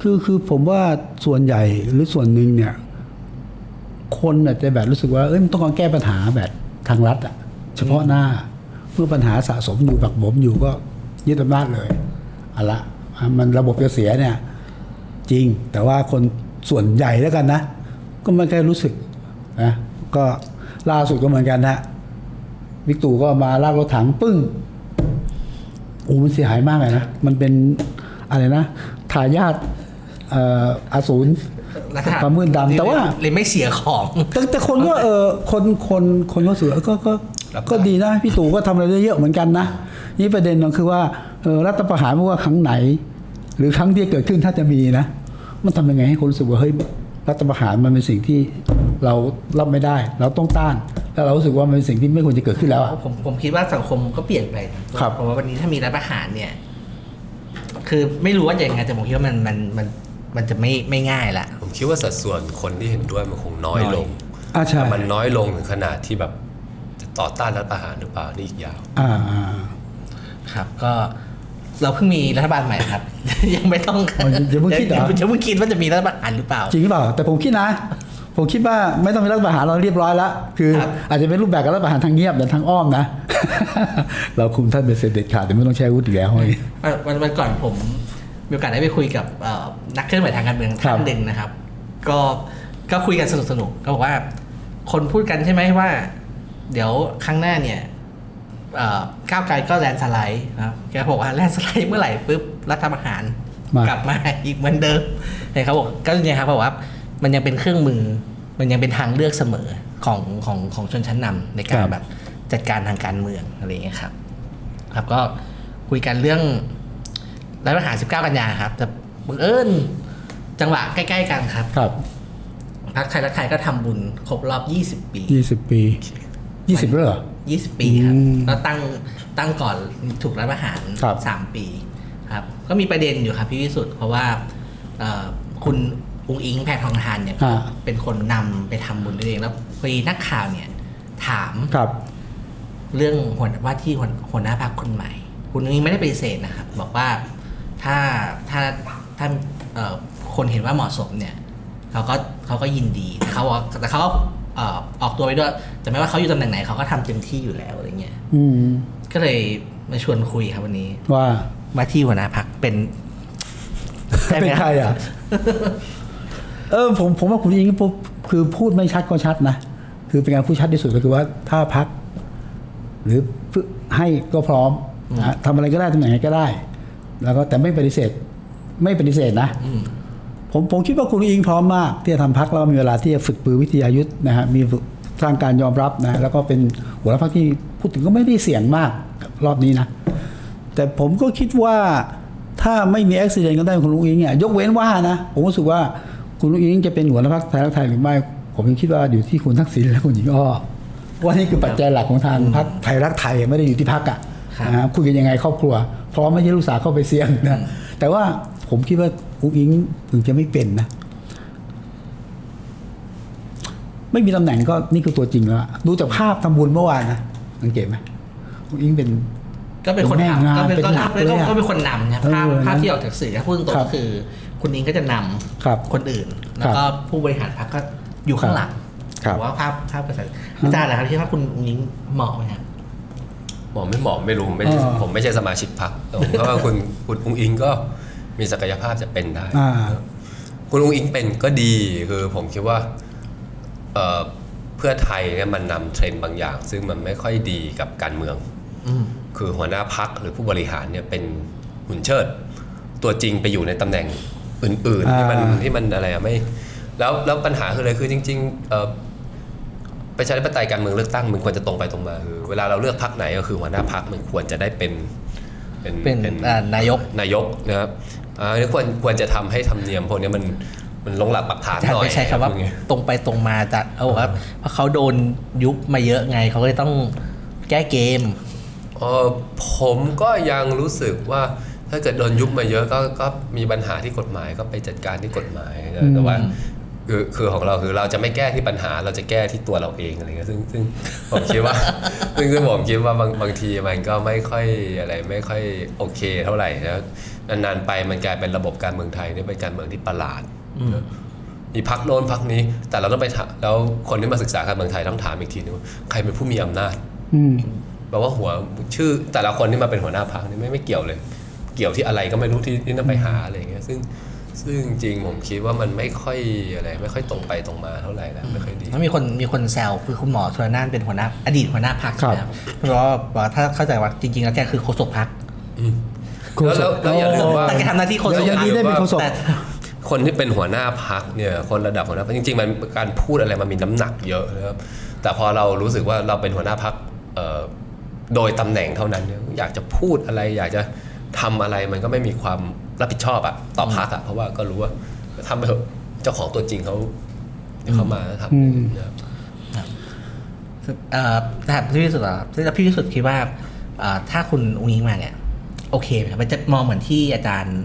Speaker 2: คือคือผมว่าส่วนใหญ่หรือส่วนหนึ่งเนี่ย คนอาจจะแบบรู้สึกว่าเอ้ยมันต้องการแก้ปัญหาแบบทางรัฐอะเฉพาะหน้าเมื่อปัญหาสะสมอยู่บักบมอยู่ก็ยึดอำนาจเลยเอาละมันระบบจะเสียเนี่ย จริง แต่ว่าคนส่วนใหญ่แล้วกันนะ ก็ไม่ค่อยรู้สึกนะก็ล่าสุดก็เหมือนกันนะ วิกตู่ก็มาลากรถถังปึ้งโอ้มันเสียหายมากเลยนะ มันเป็นอะไรนะทายาทเอ่ออสูรความมืดดำแต่ว่า
Speaker 1: เลยไม่เสียของ
Speaker 2: แต่แต่คนก็เออคนคนคนก็รู้สือก็ก็ก็ดีนะ พี่ตู่ก็ทำอะไรได้เยอะเหมือนกันนะ นี่ประเด็นมันคือว่าเออรัฐประหารไม่ว่าครั้งไหน หรือครั้งที่เกิดขึ้นถ้าจะมีนะ มันทำยังไงให้คนรู้สึกว่าเฮ้ยรัฐประหารมันเป็นสิ่งที่เรารับไม่ได้ เราต้องต้าน แล้วเรารู้สึกว่ามันเป็นสิ่งที่ไม่ควรจะเกิดขึ้นแล้วอะ
Speaker 1: ผมผมคิดว่าสังคมก็เปลี่ยนไปนะครับ เพราะว่าวันนี้ถ้ามีรัฐประหารเนี่ย คือไม่รู้ว่าจะยังไงแต่ผมคิดว่ามันมันมันมันจะไม่ไม่ง่ายละ
Speaker 3: ผมคิดว่าสัดส่วนคนที่เห็นด้วยมันคงน้อย
Speaker 1: น้อย
Speaker 3: ลง
Speaker 2: อ่าใช่
Speaker 3: แต่มันน้อยลงถึงขนาดที่แบบจะต่อต้านรัฐประหารหรือเปล่านี่อีกยาว
Speaker 2: อ่าอ่า
Speaker 1: ครับก็เราเพิ่งมีรัฐบาลใหม่ครับ ยังไม่ต้อง
Speaker 2: อ๋ออย่าอย่าเพิ่งคิดเหรอ
Speaker 1: ยังเพิ่งคิดว่าจะมีรัฐประหารหรือเปล่า
Speaker 2: จริงหรือเปล่า แต่ผมคิดนะ ผมคิดว่าไม่ต้องมีรัฐประหารเราเรียบร้อยแล้วคือ
Speaker 1: ครับ
Speaker 2: อาจจะเป็นรูปแบบการรัฐประหารทางเงียบแต่ทางอ้อมนะ เราคุมท่านเป็นเสร็จเด็ดขาดแต่ไม่ต้องใช้อาวุธอีกแล้ว
Speaker 1: เอ่อวันวันก่อนผมมีโอกาสได้ไปคุยกับเอ่อนักเคลื่อนไหวทางการเมือง
Speaker 2: ครั
Speaker 1: ท่า
Speaker 2: บ
Speaker 1: นหนึ่งนะครับ ก็ก็คุยกันสนุกสนุกๆก็บอกว่า คนพูดกันใช่ไหมว่า เดี๋ยวครั้งหน้าเนี่ยเอ่อก้าวไกลก็แลนด์สไลด์นะครับแกบอกว่าแลนด์สไลด์เมื่อไหร่ปุ๊บรัฐประหาร
Speaker 2: มาก
Speaker 1: กลับมา อีกเหมือนเดิมเนี่ยเขาบอกก็เนี่ยครับเขาบอกว่ามันยังเป็นเครื่องมือ มันยังเป็นทางเลือกเสมอของของของชนชั้นนำในการ
Speaker 2: ครับ
Speaker 1: แบบจัดการทางการเมืองอะไรอย่างเงี้ยครับ ครับก็คุยกันเรื่องรัฐประหาร 19 กันยาครับ แต่บังเอิญจังหวะใกล้ๆกันครับ
Speaker 2: ครับ
Speaker 1: พักไทยรักไทยก็ทำบุญครบรอบ 20 ปี
Speaker 2: ยี่สิบปียี่สิบแล้วเหรอ
Speaker 1: 20 ปีครับ
Speaker 2: อืม
Speaker 1: แล้วตั้งตั้งก่อนถูกรัฐประหาร
Speaker 2: ครับ
Speaker 1: 3 ปีครับ ก็มีประเด็นอยู่ครับพี่วิสุทธ์เพราะว่าเอ่อคุณอุงอิงแพทองทานเนี่ย
Speaker 2: อ่า
Speaker 1: เป็นคนนำไปทำบุญด้วยเองแล้วพอดีนักข่าวเนี่ยถาม
Speaker 2: ครับ
Speaker 1: เรื่องหัวว่าที่หัวหัวหน้าพักคนใหม่ คุณนุ้ยไม่ได้ปฏิเสธนะครับ บอกว่าถ้าถ้าถ้าเอ่อคนเห็นว่าเหมาะสมเนี่ยเขาก็เขาก็ยินดีแต่เขาบอกแต่เขาก็เอ่อออกตัวไปด้วยแต่ไม่ว่าเขาอยู่ตำแหน่งไหนเขาก็ทำเต็มที่อยู่แล้วอะไรเงี้ย
Speaker 2: อืม
Speaker 1: ก็เลยมาชวนคุยครับวันนี้
Speaker 2: ว่า
Speaker 1: ว่าที่หัวหน้าพักเป็นได้ไหม
Speaker 2: เป็
Speaker 1: บ
Speaker 2: นใครอ่ะ เออผมผมว่าคุณอิงปุ๊บคือพูดไม่ชัดก็ชัดนะ คือเป็นการพูดชัดที่สุดก็คือว่าถ้าพัก หรือให้ก็พร้อมนะฮะทำอะไรก็ได้ทำอย่างไรก็ได้ แล้วก็แต่ไม่ปฏิเสธ ไม่ปฏิเสธนะ
Speaker 1: อืม
Speaker 2: ผมผมคิดว่าคุณอิงพร้อมมาก ที่จะทำพักแล้วก็มีเวลาที่จะฝึกปือวิทยายุทธ์นะฮะมีฝึกสร้างการยอมรับนะแล้วก็เป็นหัวหน้าพักที่พูดถึงก็ไม่ได้เสี่ยงมากรอบนี้นะ แต่ผมก็คิดว่าถ้าไม่มีอุบิเหตุก็ได้คุณลุงอิงเนี่ยยกเว้นว่านะ ผมรู้สึกว่าคุณลุงอิงจะเป็นหัวหน้าพักไทยรักไทยหรือไม่ ผมยังคิดว่าอยู่ที่คุณทักษิณและคุณหญิงอ้อว่านี่คือปัจจัยหลักของทางพักไทยรักไทยไม่ได้อยู่ที่พักอ่ะ
Speaker 1: ครับ
Speaker 2: นะฮะคุยกันยังไงครอบครัวพร้อมไม่ใช่ลูกสาวเข้าไปเสี่ยงนะแต่ว่าผมคิดว่าอุ้งอิงถึงจะไม่เป็นนะ ไม่มีตำแหน่งก็นี่คือตัวจริงแล้วอะดูจากภาพทำบุญเมื่อวานนะสังเกตไหมคุณอิงเป็น
Speaker 1: ก็เป็นคน
Speaker 2: เป็นแม่งาน
Speaker 1: นำก็เป็น
Speaker 2: เป็น
Speaker 1: ก็
Speaker 2: หลักเลยอะ
Speaker 1: ก็เป็นคนนำนะครับภาพ
Speaker 2: เออนะ
Speaker 1: ภาพที่ออกจากสื่อนะพูดตรง
Speaker 2: ค
Speaker 1: ๆ
Speaker 2: รับ
Speaker 1: ก็คือ คุณนิงก็จะนำ
Speaker 2: ครับ
Speaker 1: คนอื่น แล้วก็ผู้บริหารพรรคก็อยู่ข้างหลัง
Speaker 2: ครับ
Speaker 1: ผมว่าภาพภาพกระแสอาจารย์นะครับที่ว่าคุณนิงเหมาะไหมครับ
Speaker 3: หมอไม่หมอไม่รู้ผมไม่ใช่
Speaker 2: อ่า
Speaker 3: ผมไม่ใช่สมาชิกพรรคแต่ผมก็ว่าคุณคุณอุงอิงก็มีศักยภาพจะเป็นได้
Speaker 2: อ่า
Speaker 3: คุณอุงอิงเป็นก็ดีคือผมคิดว่าเอ่อเพื่อไทยเนี่ยมันนำเทรนด์บางอย่าง ซึ่งมันไม่ค่อยดีกับการเมือง
Speaker 1: อืม
Speaker 3: คือหัวหน้าพักหรือผู้บริหารเนี่ยเป็นหุ่นเชิด ตัวจริงไปอยู่ในตำแหน่งอื่นๆ ที่มัน
Speaker 2: อ่า
Speaker 3: ที่มันอะไรอะไม่แล้วแล้วปัญหาคืออะไรคือจริงๆเอ่อประชาธิปไตยการเมืองเลือกตั้งมันควรจะตรงไปตรงมาคือเวลาเราเลือกพักไหนก็คือหัวหน้าพักมันควรจะได้เป็น
Speaker 1: เป็นอ่านายก
Speaker 3: นายกนะครับอ่านี่ควรควรจะทำให้ธรรมเนียมพวกเนี้ยมันมันลงหลักปักฐาน
Speaker 1: อาจารย์
Speaker 3: หน่อย
Speaker 1: ไม่ใช่คำว่า
Speaker 3: พูดไง
Speaker 1: ตรงไปตรงมาจัดเอาบอกว่าเพราะเขาโดนยุบมาเยอะไงเขาก็เลยต้องแก้เกม
Speaker 3: เอ่อผมก็ยังรู้สึกว่าถ้าเกิดโดนยุบมาเยอะก็ก็มีปัญหาที่กฎหมายก็ไปจัดการที่กฎหมายนะแต่ว่าคือคือของเราคือเราจะไม่แก้ที่ปัญหาเราจะแก้ที่ตัวเราเองอะไรเงี้ยซึ่งซึ่งผมคิดว่า ซึ่งซึ่งผมคิดว่าบางบางทีมันก็ไม่ค่อยอะไรไม่ค่อยโอเคเท่าไหร่นะนานๆไปมันกลายเป็นระบบการเมืองไทยเนี่ยเป็นการเมืองที่ประหลาด มีพักโน้นพักนี้ แต่เราต้องไปถามแล้วคนที่มาศึกษาการเมืองไทยต้องถามอีกทีนึงว่าใครเป็นผู้มีอำนาจ
Speaker 2: อืม
Speaker 3: แปลว่าหัวชื่อแต่ละคนที่มาเป็นหัวหน้าพักนี่ไม่ไม่เกี่ยวเลย เกี่ยวที่อะไรก็ไม่รู้ที่ที่ต้องไปหาอะไรอย่างเงี้ยซึ่งซึ่งจริงๆผมคิดว่ามันไม่ค่อยอะไร ไม่ค่อยตรงไปตรงมาเท่าไหร่แล้วไม่ค่อยดี
Speaker 1: แล้วมีคนมีคนแซวคือคุณหมอชลนานเป็นหัวหน้าอดีตหัวหน้าพัก
Speaker 2: ครับ
Speaker 1: นะครับเพราะว่าบอกว่าถ้าเข้าใจว่าจริง ๆ แล้วแกคือโฆษกพัก
Speaker 3: แล้วแล้วแล้วอย่าลืมว่า
Speaker 1: แต่แกทำหน้าที่โฆษก
Speaker 2: ยังดีได้เป็นโฆษก
Speaker 1: แต่
Speaker 3: คนที่เป็นหัวหน้าพักเนี่ยคนระดับหัวหน้าพรรคจริงๆมันการพูดอะไรมันมีน้ำหนักเยอะนะครับแต่พอเรารู้สึกว่าเราเป็นหัวหน้าพักโดยตำแหน่งเท่านั้นเนี่ยอยากจะพูดอะไร อยากจะทำอะไรมันก็ไม่มีความรับผิดชอบอะต่อพักอะเพราะว่าก็รู้ว่าทำไปเถอะเจ้าของตัวจริงเขาเดี๋ยวเขามาทำ
Speaker 2: อืม
Speaker 3: นะครับ
Speaker 1: เอ่อนะครับพี่วิสุทธ์เหรอครับแล้วพี่วิสุทธ์คิดว่าเอ่อถ้าคุณอุ้งอิงมาเนี่ย โอเคไหมครับมันจะมองเหมือนที่อาจารย์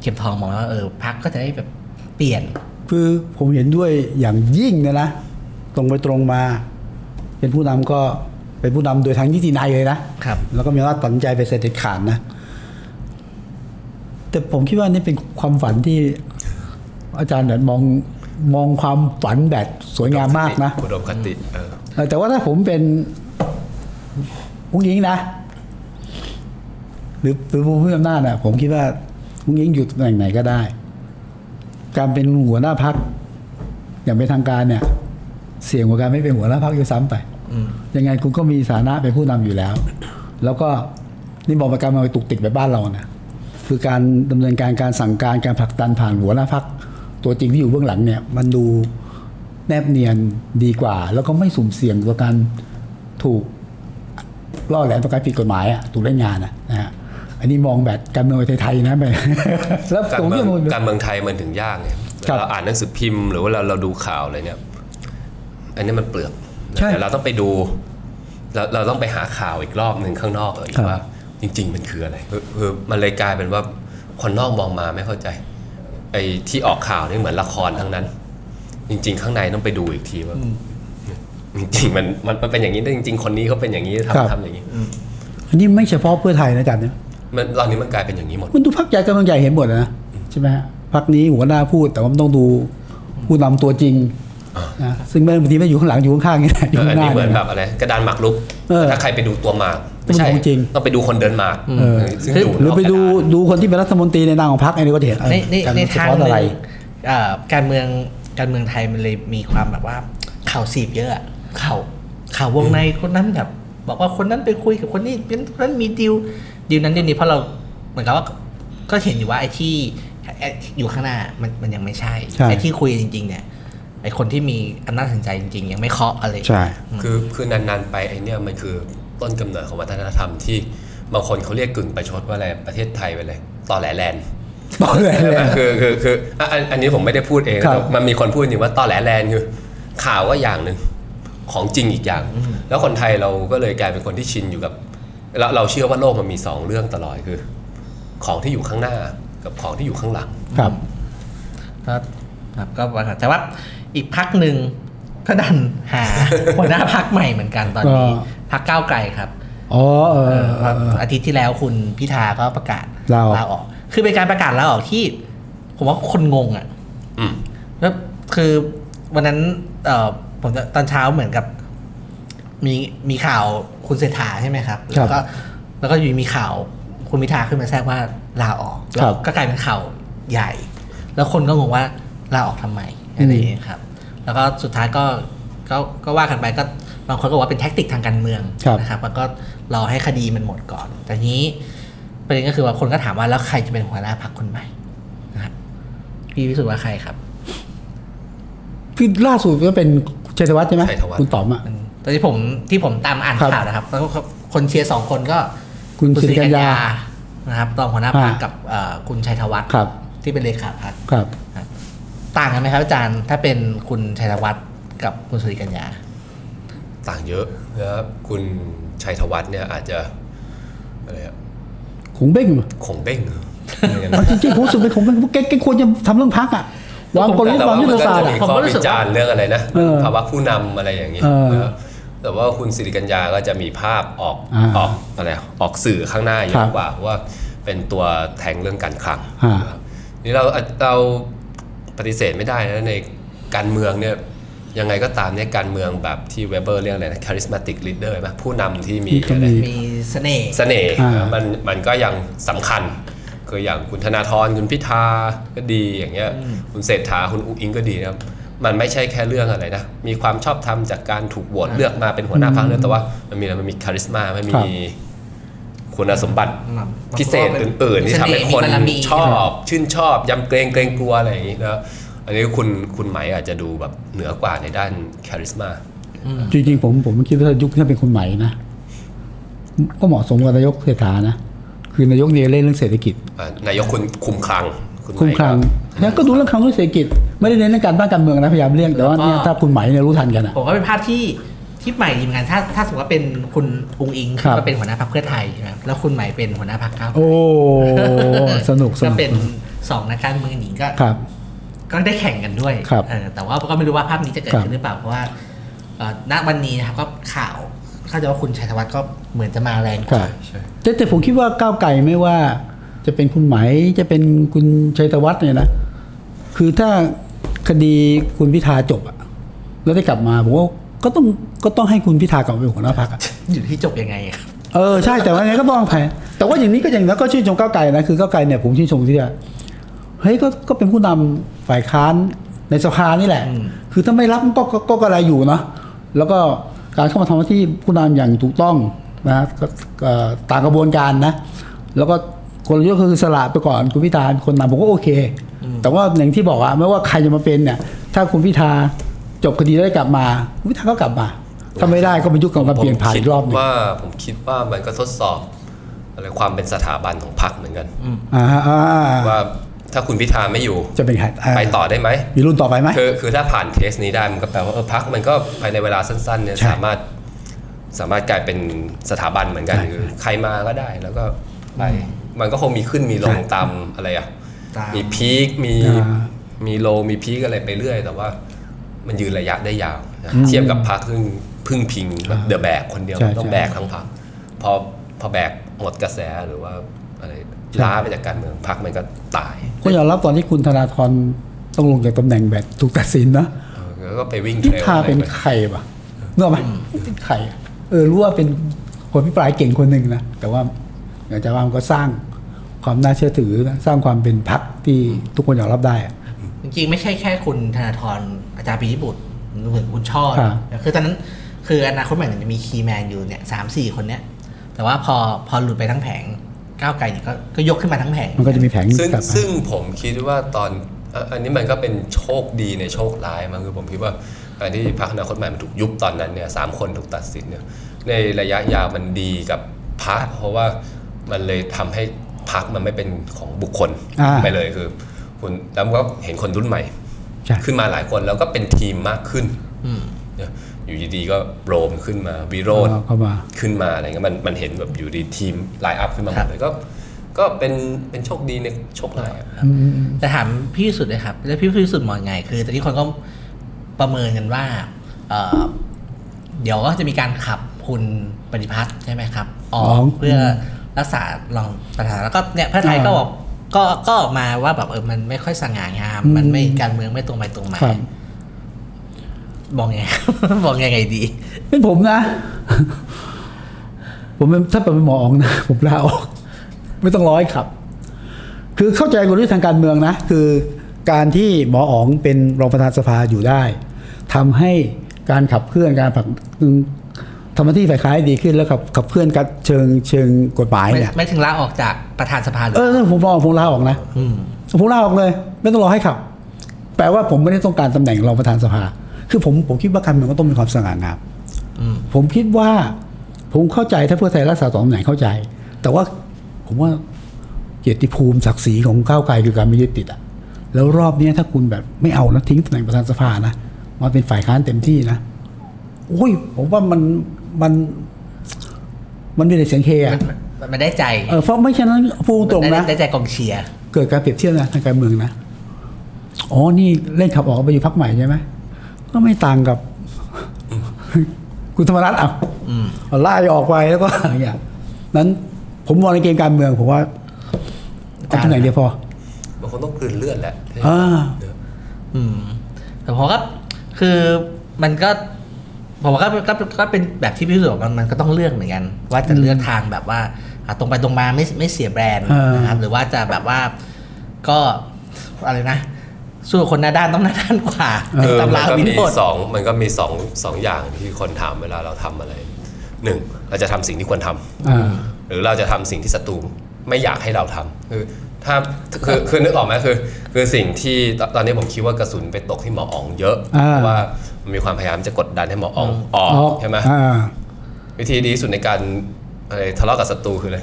Speaker 1: เข็มทองมองว่าเออพักก็จะได้แบบเปลี่ยน
Speaker 2: คือผมเห็นด้วยอย่างยิ่งเลยนะ ตรงไปตรงมา เป็นผู้นำก็เป็นผู้นำโดยทางนิตินายเลยนะครับ แล้วก็มีอำนาจตัดสินใจไปนเสร็จเด็ดขาดนะ แต่ผมคิดว่านี่เป็นความฝันที่อาจารย์เนี่ยมอง มองความฝันแบบสวยงามมากนะ
Speaker 3: อุดมคติเออ
Speaker 2: เออแต่ว่าถ้าผมเป็นพุ้งยิงนะ หรือหรือผู้มีอำนาจอ่ะ ผมคิดว่าพุ้งยิงอยู่ตำแหน่งไหนก็ได้ การเป็นหัวหน้าพักอย่างเป็นทางการเนี่ย เสี่ยงกว่าการไม่เป็นหัวหน้าพักอยู่ซ้ำไป
Speaker 1: อืม
Speaker 2: ยังไงคุณก็มีสถานะเป็นผู้นำอยู่แล้ว แล้วก็นี่บอกประการมาไปตุกติกไปบ้านเรานะคือการดำเนินการการสั่งการการผลักดันผ่านหัวหน้าพักตัวจริงที่อยู่เบื้องหลังเนี่ย มันดูแนบเนียนดีกว่า แล้วก็ไม่สุ่มเสี่ยงต่อการถูกล่อแหลมต่อการผิดกฎหมายอะถูกเล่นงานอะนะฮะอันนี้มองแบบการเมืองไทยๆนะไป แล้ว
Speaker 3: การ
Speaker 2: ผม
Speaker 3: เมือ
Speaker 2: ก็
Speaker 3: ง
Speaker 2: มอง
Speaker 3: การเมืองไทยมันถึงยากไง
Speaker 2: ครับ
Speaker 3: เราอ่านหนังสือพิมพ์หรือว่าเราเราดูข่าวอะไรเนี่ย อันนี้มันเปลือก
Speaker 2: ใช่
Speaker 3: แต่เราต้องไปดูเราเราต้องไปหาข่าวอีกรอบหนึ่งข้างนอกเอออี
Speaker 2: ครั
Speaker 3: ก
Speaker 2: บ
Speaker 3: ว่า จริง ๆ มันคืออะไรคือคือมันเลยกลายเป็นว่าคนนอกมองมาไม่เข้าใจ ไอ้ที่ออกข่าวนี่เหมือนละครทั้งนั้น จริง ๆ ข้างในต้องไปดูอีกทีว่าจริงๆมันมันมันเป็นอย่างนี้แต่จริง ๆ คนนี้เขาเป็นอย่างนี้
Speaker 2: ครับ
Speaker 3: ทำทำอย่างนี้
Speaker 2: อันนี้ไม่เฉพาะเพื่อไทยนะอาจารย์เนี่ย
Speaker 3: มันตอนนี้มันกลายเป็นอย่างนี้หมด
Speaker 2: มันดูพักใหญ่กำลังใหญ่เห็นหมดอะนะใช่ไหมฮะพักนี้หัวหน้าพูดแต่ว่ามันต้องดูผู้นำตัวจริงนะซึ่งไม่บางทีไม่อยู่ข้างหลังอยู่ข้างๆนี่แหละอยู่
Speaker 3: เออ
Speaker 2: ข้างหน้า
Speaker 3: อันนี้เหมือน
Speaker 2: เนี่ย
Speaker 3: แบบอะไรกระดานหมากรุก
Speaker 2: เออ
Speaker 3: แต่ถ้าใครไปดูตัวหมากไม่ใช่
Speaker 2: ต้องดูจริง
Speaker 3: ต้องไปดูคนเดินหมาก
Speaker 2: เออ
Speaker 3: ซึ่ง
Speaker 1: หรือ
Speaker 2: ห
Speaker 3: ยู่นก
Speaker 2: รือไปดู
Speaker 3: กะดาน
Speaker 2: ดูคนที่เป็นรัฐมนตรีในนามของพรรคอันนี้ก็เห็นเออ
Speaker 1: ในใน
Speaker 2: การ
Speaker 1: ใน
Speaker 2: สะ
Speaker 1: ทาง
Speaker 2: ท้อน
Speaker 1: หนึ่
Speaker 2: อะไร
Speaker 1: งเอ่อการเมืองการเมืองไทยมันเลยมีความแบบว่าข่าวสีบเยอะอะข่าวข่าววงในคนนั้นแบบ บอกว่าคนนั้นไปคุยกับคนนี้เป็นคนนั้นมีดีลดีลนั้นดีลนี้เพราะเราเหมือนกับว่าก็เห็นอยู่ว่าไอ้ที่ไอ้อยู่ข้างหน้ามันมันยังไม่ใช่
Speaker 2: ใช่
Speaker 1: ไอ้ที่คุยจริง ๆ เนี่ยไอ้คนที่มีอำนาจตัดสินใจจริง ๆ ยังไม่เคาะอะไร
Speaker 2: ใช่
Speaker 3: คือคือนานๆไปไอเนี่ยมันคือต้นกำเนิดของวัฒนธรรมที่บางคนเขาเรียกกึ่งประชดว่าอะไรประเทศไทยไปเลยต่อแหลแลนด์
Speaker 2: ต่อเลยเลย
Speaker 3: คือคือคืออ่ะอันอันนี้ผมไม่ได้พูดเองนะครับ แต่มันมีคนพูดอยู่ว่าต่อแหลแลนด์คือ ข่าวก็อย่างหนึ่งของจริงอีกอย่าง แล้วคนไทยเราก็เลยกลายเป็นคนที่ชินอยู่กับ เราเราเชื่อว่าโลกมันมีสองเรื่องตลอดคือ ของที่อยู่ข้างหน้ากับของที่อยู่ข้างหลัง
Speaker 2: ครับ
Speaker 1: ก็ครับก็ว่ากันแต่ว่าอีกพักหนึ่งก็ดัน หา หัวหน้าพักใหม่เหมือนกันตอนนี้
Speaker 2: ก็
Speaker 1: พักก้าวไกลครับ
Speaker 2: อ๋อเออ
Speaker 1: เออ
Speaker 2: เออเออ
Speaker 1: อาทิตย์ที่แล้วคุณพิธาก็ประกาศ
Speaker 2: ลาออก
Speaker 1: ออก คือเป็นการประกาศลาออกที่ ผมว่าคนงงอ่ะ
Speaker 3: อืม
Speaker 1: แล้วคือวันนั้นเอ่อผมจะตอนเช้าเหมือนกับ มีมีข่าวคุณเศรษฐาใช่ไหมครับ
Speaker 2: ครั
Speaker 1: แล้ว
Speaker 2: บ
Speaker 1: ก็แล้วก็อยู่มีข่าวคุณพิธาขึ้นมาแทรกว่าลาออก
Speaker 2: ครับ
Speaker 1: แล้วก็กลายเป็นข่าวใหญ่ แล้วคนก็งงว่าลาออกทำไมอะไรอย่างเงี้ยครับ แล้วก็สุดท้ายก็ก็ก็ว่ากันไปก็บางคนก็บอกว่าเป็นแท็กติกทางการเมือง
Speaker 2: ครับ
Speaker 1: นะครับแล้วก็รอให้คดีมันหมดก่อน แต่ทีนี้ประเด็นก็คือว่าคนก็ถามว่าแล้วใครจะเป็นหัวหน้าพรรคคนใหม่นะครับพี่พิสุทธิ์ว่าใครครับ
Speaker 2: คือล่าสุดก็เป็นชัยธวัฒน์ใช่ไหม
Speaker 3: ชัยธวัฒน์
Speaker 2: คุณต๋อมอ่ะ
Speaker 1: ตอนที่ผมที่ผมตามอ่าน
Speaker 2: ครับ
Speaker 1: ข่าวนะครับแล้วก็คนเชียร์สองคนก็
Speaker 2: คุณสิริกัญญา
Speaker 1: นะครับรองหัวหน้าพรรค
Speaker 2: อ่ากั
Speaker 1: กับเอ่อคุณชัยธวัฒน์
Speaker 2: ครับ
Speaker 1: ที่เป็นเลขาพรรค
Speaker 2: ครับ
Speaker 1: ต่างกันไหมครับอาจารย์ ถ้าเป็นคุณชัยธวัฒน์กับคุณสุริกัญญา
Speaker 3: ต่างเยอะนะครับคุณชัยธวัฒน์เนี่ยอาจจะอะไรอะ
Speaker 2: คงเบ้ง
Speaker 3: คงเบ้งเ หรอ
Speaker 2: จริงๆผมรู้สึกเป็นคงเบ้งแกแกควรจะทำเรื่องพักอ่ะวางกลยุทธ์วางยุทธศาสตร์
Speaker 3: แต่
Speaker 2: อะ
Speaker 3: ว่
Speaker 1: ผมก็
Speaker 3: มัน
Speaker 1: รู้
Speaker 3: ก็
Speaker 1: สึว่า
Speaker 3: จะมีข้อก วิจารณ์เรื่องอะไรนะ
Speaker 2: เออ
Speaker 3: ภาวะผู้นำอะไรอย่างนี้
Speaker 2: เออ
Speaker 3: นะครับแต่ว่าคุณสิริกัญญาก็จะมีภาพออก
Speaker 2: อ่า
Speaker 3: ออกอะไรอ่ะออกสื่อข้างหน้าเย
Speaker 2: ครั
Speaker 3: อะ
Speaker 2: บ
Speaker 3: กว่าเพราะว่าเป็นตัวแทงเรื่องการคลัง
Speaker 2: อ่า
Speaker 3: นะครับนี่เราเราปฏิเสธไม่ได้นะในการเมืองเนี่ยยังไงก็ตามเนี่ยการเมืองแบบที่เวเบอร์เรียกอะไรนะ charismatic leader ใช่ไหมผู้นำที่มี
Speaker 2: ที่จะ
Speaker 3: อะไร
Speaker 2: มี
Speaker 1: มีเสน่ห์
Speaker 3: เสน่ห์
Speaker 2: อ่า
Speaker 3: นะมันมันก็ยังสำคัญคืออย่างคุณธนาธรคุณพิธาก็ดีอย่างเงี้ยคุณเศรษฐาคุณอุ้งอิงก็ดีนะครับมันไม่ใช่แค่เรื่องอะไรนะ มีความชอบธรรมจากการถูกโหวตเลือกมาเป็นหัวหน้าพรรคด้วยแต่ว่ามันมีอะไรมันมีคาริสมามัน
Speaker 2: ครับ
Speaker 3: มีคุณสมบัติ
Speaker 1: ครับ
Speaker 3: พิเศษอื่นๆที่ทำให้คน
Speaker 1: มีบารมี
Speaker 3: ชอบชื่นชอบยำเกรงเกรงกลัวอะไรอย่างงี้นะอันนี้คุณคุณไหมอาจจะดูแบบเหนือกว่าในด้านคาริสมา
Speaker 2: จริงๆผมผมคิดว่าถ้ายุคนี้เป็นคนใหม่นะ ก็เหมาะสมกับนายกเศรษฐานะ คือนายกเนี่ยเล่นเรื่องเศรษฐกิจ
Speaker 3: อ่านายกคุณคุมคลังไหม
Speaker 2: คุมคลังแล้วก็ดูเรื่องคลังเรื่องเศรษฐกิจ ไม่ได้เน้นเรื่องการบ้านการเมืองนะพยายามเลี่ยงแต่ว่าเนี่ยถ้าคุณไหมเนี่ยรู้ทันกันอะ
Speaker 1: ผมว่าเป็นภาพที่ที่ใหม่ดีเหมือนกันถ้าถ้าสมมติว่าเป็นคุณอุงอิง
Speaker 2: ครับ
Speaker 1: ก็เป็นหัวหน้าพรรคเพื่อไทยใช่ไหมครับแล้วคุณใหม่เป็นหัวหน้าพรรคก้าวไกล
Speaker 2: โอ้สนุกส
Speaker 1: ก็
Speaker 2: นุก
Speaker 1: เป็นสองนักการเมืองหญิงก็
Speaker 2: ครับ
Speaker 1: ก็ได้แข่งกันด้วย
Speaker 2: ครับ
Speaker 1: เออแต่ว่าก็ไม่รู้ว่าภาพนี้จะเกิดขึ้นหรือเปล่า เพราะว่าเอ่อณวันนี้นะครับก็ข่าวเข้าใจว่าคุณชัยธวัฒน์ก็เหมือนจะมาแรงก
Speaker 2: ค
Speaker 1: ว่า
Speaker 2: รับแต่แต่ผมคิดว่าก้าวไกลไม่ว่า จะเป็นคุณไหมจะเป็นคุณชัยธวัฒน์เนี่ยนะ คือถ้า คดีคุณพิธาจบอะแล้วได้กลับมาผมว่าก็ต้องก็ต้องให้คุณพิธากลับไปเป็นหัวหน้าพรรคอะ
Speaker 1: อยู่ที่จบยังไงครับ
Speaker 2: เออใช่แต่ว่าไงก็ต้องแพ้แต่ว่าอย่างนี้ก็อย่างนั้นก็ชื่นชมก้าวไกลนะคือก้าวไกลเนี่ยผมชื่นชมที่ว่าเฮ้ยก็ก็เป็นผู้นำฝ่ายค้านในสภานี่แหละ
Speaker 1: อืม
Speaker 2: คือถ้าไม่รับก็ก็ก็กระไรอยู่เนาะแล้วก็การเข้ามาทำหน้าที่ผู้นำอย่างถูกต้องนะก็ก็ต่างกระบวนการนะ แล้วก็คนยุทธ์ก็คือสละไปก่อนคุณพิธาเป็นคนนำผมก็โอเค แต่ว่าอย่างที่บอกอะไม่ว่าใครจะมาเป็นเนี่ย ถ้าคุณพิธาจบคดีแล้วได้กลับมาคุณพิธาก็กลับมาถ้าไม่ได้ก็ไปยุคกับการเปลี่ยนผ่านอีกรอบห
Speaker 3: ผม
Speaker 2: นึง
Speaker 3: คิดว่าผมคิดว่ามันก็ทดสอบอะไรความเป็นสถาบันของพรรคเหมือนกัน
Speaker 2: อ่าอ่าอ่า
Speaker 3: ว่าถ้าคุณพิธาไม่อยู่
Speaker 2: จะเป็นใคร
Speaker 3: ไปต่อได้ไหม
Speaker 2: มีรุ่นต่อไปไหม
Speaker 3: คือคือถ้าผ่านเทสนี้ได้มันก็แปลว่าเออพักมันก็ภายในเวลาสั้นๆเนี่ย
Speaker 2: ใช่
Speaker 3: สามารถสามารถกลายเป็นสถาบันเหมือนกัน
Speaker 2: ใช่
Speaker 3: คือใครมาก็ได้แล้วก็ไปมันก็คงมีขึ้นมีลงตามอะไรอ่ะ
Speaker 1: ตาม
Speaker 3: มีพีคมี
Speaker 2: อ่า
Speaker 3: มีโลมีพีคอะไรไปเรื่อย แต่ว่ามันยืนระยะได้ยาวนะเทียบกับพักซึ่งพึ่งพิงแบบเดอะแบกคนเดียว
Speaker 2: ใช่
Speaker 3: ต้อง
Speaker 2: ใช่
Speaker 3: แบกทั้งพักพอพอแบกหมดกระแสหรือว่าอะไรล้าไปจากการเมืองพักมันก็ตาย
Speaker 2: ก็ยอมรับตอนที่คุณธนาธรต้องลงจากตำแหน่งแบบถูกตัดสินนะ
Speaker 3: เออแล้วก็ไปวิ่ง
Speaker 2: พิ
Speaker 3: เทรล
Speaker 2: ธาเป็น
Speaker 3: อะไร
Speaker 2: ใครปะนึกออกไหมเป็นใครอะเออรู้ว่าเป็นคนพิปรายเก่งคนหนึ่งนะ แต่ว่าอยากจะว่ามันก็สร้างความน่าเชื่อถือนะสร้างความเป็นพักที่ทุกคนยอมรับได้อะ
Speaker 1: จริงๆไม่ใช่แค่คุณธนาธรอาจารย์ปียบุตรรวมถึงคุณช่อ
Speaker 2: ครับ
Speaker 1: คือตอนนั้นคืออนาคตใหม่เนี่ยจะมีคีย์แมนอยู่เนี่ยสามสี่คนเนี่ยแต่ว่าพอพอหลุดไปทั้งแผงก้าวไกลเนี่ยก็ก็ยกขึ้นมาทั้งแผง
Speaker 2: มันก็จะมีแผง
Speaker 3: ซึ่ง
Speaker 2: กลับมา
Speaker 3: ซึ่งผมคิดว่าตอนอ่ะอันนี้มันก็เป็นโชคดีในโชคร้ายมั้งคือผมคิดว่าการที่พรรคอนาคตใหม่มันถูกยุบตอนนั้นเนี่ยสามคนถูกตัดสินเนี่ยในระยะยาวมันดีกับพรรคเพราะว่ามันเลยทำให้พรรคมันไม่เป็นของบุคคล
Speaker 2: อ่า
Speaker 3: ไปเลยคือคุณแล้วก็เห็นคนรุ่นใหม่
Speaker 2: ใช่
Speaker 3: ขึ้นมาหลายคนแล้วก็เป็นทีมมากขึ้นเนี่ยอยู่ดีๆก็โรมขึ้นมาวิโรธ
Speaker 2: เอาเข้ามา
Speaker 3: ขึ้นมาอะไรเงี้ยมันมันเห็นแบบอยู่ดีทีมไลน์อัพขึ้นมาห
Speaker 1: ค
Speaker 3: ม
Speaker 1: รับ
Speaker 3: ดเลยก็ก็เป็นเป็นโชคดีในโชคร้ายอะ
Speaker 1: แต่ถามพี่วิสุดเลยครับแล้วพี่วิสุดมองยังไง คือตอนนี้คนก็ประเมินกันว่าเอ่อเดี๋ยวก็จะมีการขับคุณปฏิพัฒน์ใช่ไหมครับออ
Speaker 2: อ๋
Speaker 1: ก
Speaker 2: อ
Speaker 1: เพื่อรักษารองประธานแล้วก็เนี่ยเพื่อไทย
Speaker 2: อ่า
Speaker 1: ก็บอกก็ก็ออกมาว่าแบบเออมันไม่ค่อยสง่างาม
Speaker 2: อืม
Speaker 1: มันไม่การเมืองไม่ตรงไปตรงมา
Speaker 2: ครับ
Speaker 1: มองไง มองยังไงดี
Speaker 2: เป็นผมนะ ผมเป็นถ้าเป็นหมออ๋องนะ ผมลาออก ไม่ต้องร้อยขับ คือเข้าใจกลยุทธ์ทางการเมืองนะ คือการที่หมออ๋องเป็นรองประธานสภาอยู่ได้ทำให้การขับเคลื่อนการผลักดันทำหน้าที่ฝ่ายค้านให้ดีขึ้นแล้วขับขับเคลื่อนกับเชิงเชิงกฎหมาย
Speaker 1: ไม่
Speaker 2: เนี่ย
Speaker 1: ไม่ถึงลาออกจากประธานสภาหรื
Speaker 2: เออผมลาออกผมลาออกนะ
Speaker 1: อืม
Speaker 2: ผมลาออกเลย ไม่ต้องรอให้ขับ แปลว่าผมไม่ได้ต้องการตำแหน่งรองประธานสภา คือผมผมคิดว่าการเมืองก็ต้องมีความสง่างาม
Speaker 1: อืม
Speaker 2: ผมคิดว่าผมเข้าใจถ้าเพื่อไทยรักษาสองตำแหน่งเข้าใจ แต่ว่าผมว่าเกียรติภูมิศักดิ์ศรีของก้าวไกลคือการไม่ยึดติดอะแล้วรอบเนี้ยถ้าคุณแบบไม่เอานะทิ้งตำแหน่งประธานสภานะมาเป็นฝ่ายค้านเต็มที่นะโอ้ย ผมว่ามันมัน มันมีแต่เสียงเฮอะ
Speaker 1: มันมันได้ใจ
Speaker 2: เออเพราะไม่ฉะนั้นพูดตรง
Speaker 1: ได้
Speaker 2: นะ
Speaker 1: ได้ใจกองเชียร์
Speaker 2: เกิดการเปรียบเทียบนะทางการเมืองนะ อ๋อ นี่เล่นขับออกไปอยู่พักใหม่ใช่ไหม ก็ไม่ต่างกับ คุณธรรมรัตน์อ่ะ
Speaker 1: อืม
Speaker 2: เอาไล่ออกไปแล้วก็ อะไรอย่างนั้นผมมองในเกมการเมืองผมว่าเอาตำแหน่งเดียวพอ
Speaker 3: บางคนต้องกลืนเลือดแหละ
Speaker 2: อ่า
Speaker 1: อืมแต่ผมก็คือมันก็ผมว่าก็ก็ก็เป็นแบบที่พี่สุบอกมันมันก็ต้องเลือกเหมือนกัน ว่าจะเลือกทางแบบว่าอ่ะตรงไปตรงมาไม่ไม่เสียแบรนด์
Speaker 2: เออ
Speaker 1: นะครับหรือว่าจะแบบว่าก็อะไรนะ สู้กับคนหน้าด้านต้องหน้าด้านกว่าใน
Speaker 3: เออ
Speaker 1: ตำ
Speaker 3: มั
Speaker 1: ราน
Speaker 3: ก็
Speaker 1: วิน
Speaker 3: มี
Speaker 1: โด
Speaker 3: สองมันก็มีสองสองอย่างที่คนถามเวลาเราทำอะไรหนึ่งเราจะทำสิ่งที่ควรทำ
Speaker 2: อ่า
Speaker 3: หรือเราจะทำสิ่งที่ศัตรูไม่อยากให้เราทำคือถ้าคือคือนึกออกไหมคือ คือสิ่งที่ตตอนนี้ผมคิดว่ากระสุนไปตกที่หมออ๋องเยอะ
Speaker 2: อ่า
Speaker 3: เพราะว่ามันมีความพยายามจะกดดันให้หมออ๋องออกใช่ไหม
Speaker 2: อ่า
Speaker 3: วิธีดีที่สุดในการอะไรทะเลาะกับศัตรูคืออะไร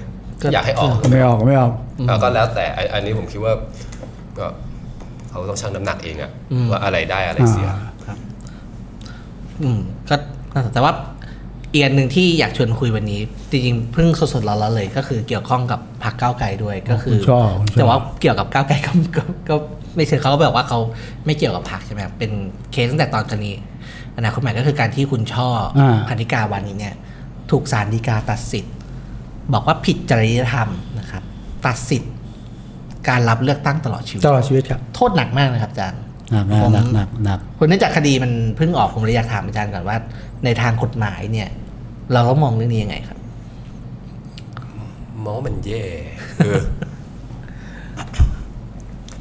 Speaker 3: อยากให้ออก
Speaker 2: ไม่ออกไม่ออก
Speaker 3: แล้วก็แล้วแต่ไอ้อันนี้ผมคิดว่าก็เขาต้องชั่งน้ำหนักเองอะว่าอะไรได้อะไรเสีย
Speaker 2: อ่า
Speaker 1: อืมก็แต่ว่าอีกอันหนึ่งที่อยากชวนคุยวันนี้ จริงๆเพิ่งสดๆร้อนๆเลย ก็คือเกี่ยวข้องกับพรรคก้าวไกลด้วยก็คือ
Speaker 2: คุณชอบคุณชอบ
Speaker 1: แต่ว่าเกี่ยวกับก้าวไกลก็ก็ก็ไม่เชิงเขาก็บอกว่าเขาไม่เกี่ยวกับพรรคใช่ไหมครับเป็นเคสตั้งแต่ตอนนี้อนาคตใหม่ก็คือการที่คุณช่ออา คณิกาวานิชเนี่ย ถูกศาลฎีกาตัดสิทธิ์ บอกว่าผิดจริยธรรมนะครับ ตัดสิทธิ์ การรับเลือกตั้งตลอดชีวิต
Speaker 2: ตลอดชีวิตครับ
Speaker 1: โทษหนักมากนะครับอาจารย์
Speaker 2: หนัก
Speaker 1: ผม
Speaker 2: นะหนักหนักหนัก
Speaker 1: คุณเนื่องจากคดีมันเพิ่งออกผมเลยอยากถามอาจารย์ก่อนว่า ในทางกฎหมายเนี่ย เราก็มองเรื่องนี้ยังไงครับ
Speaker 3: มองว่ามันแย่คือ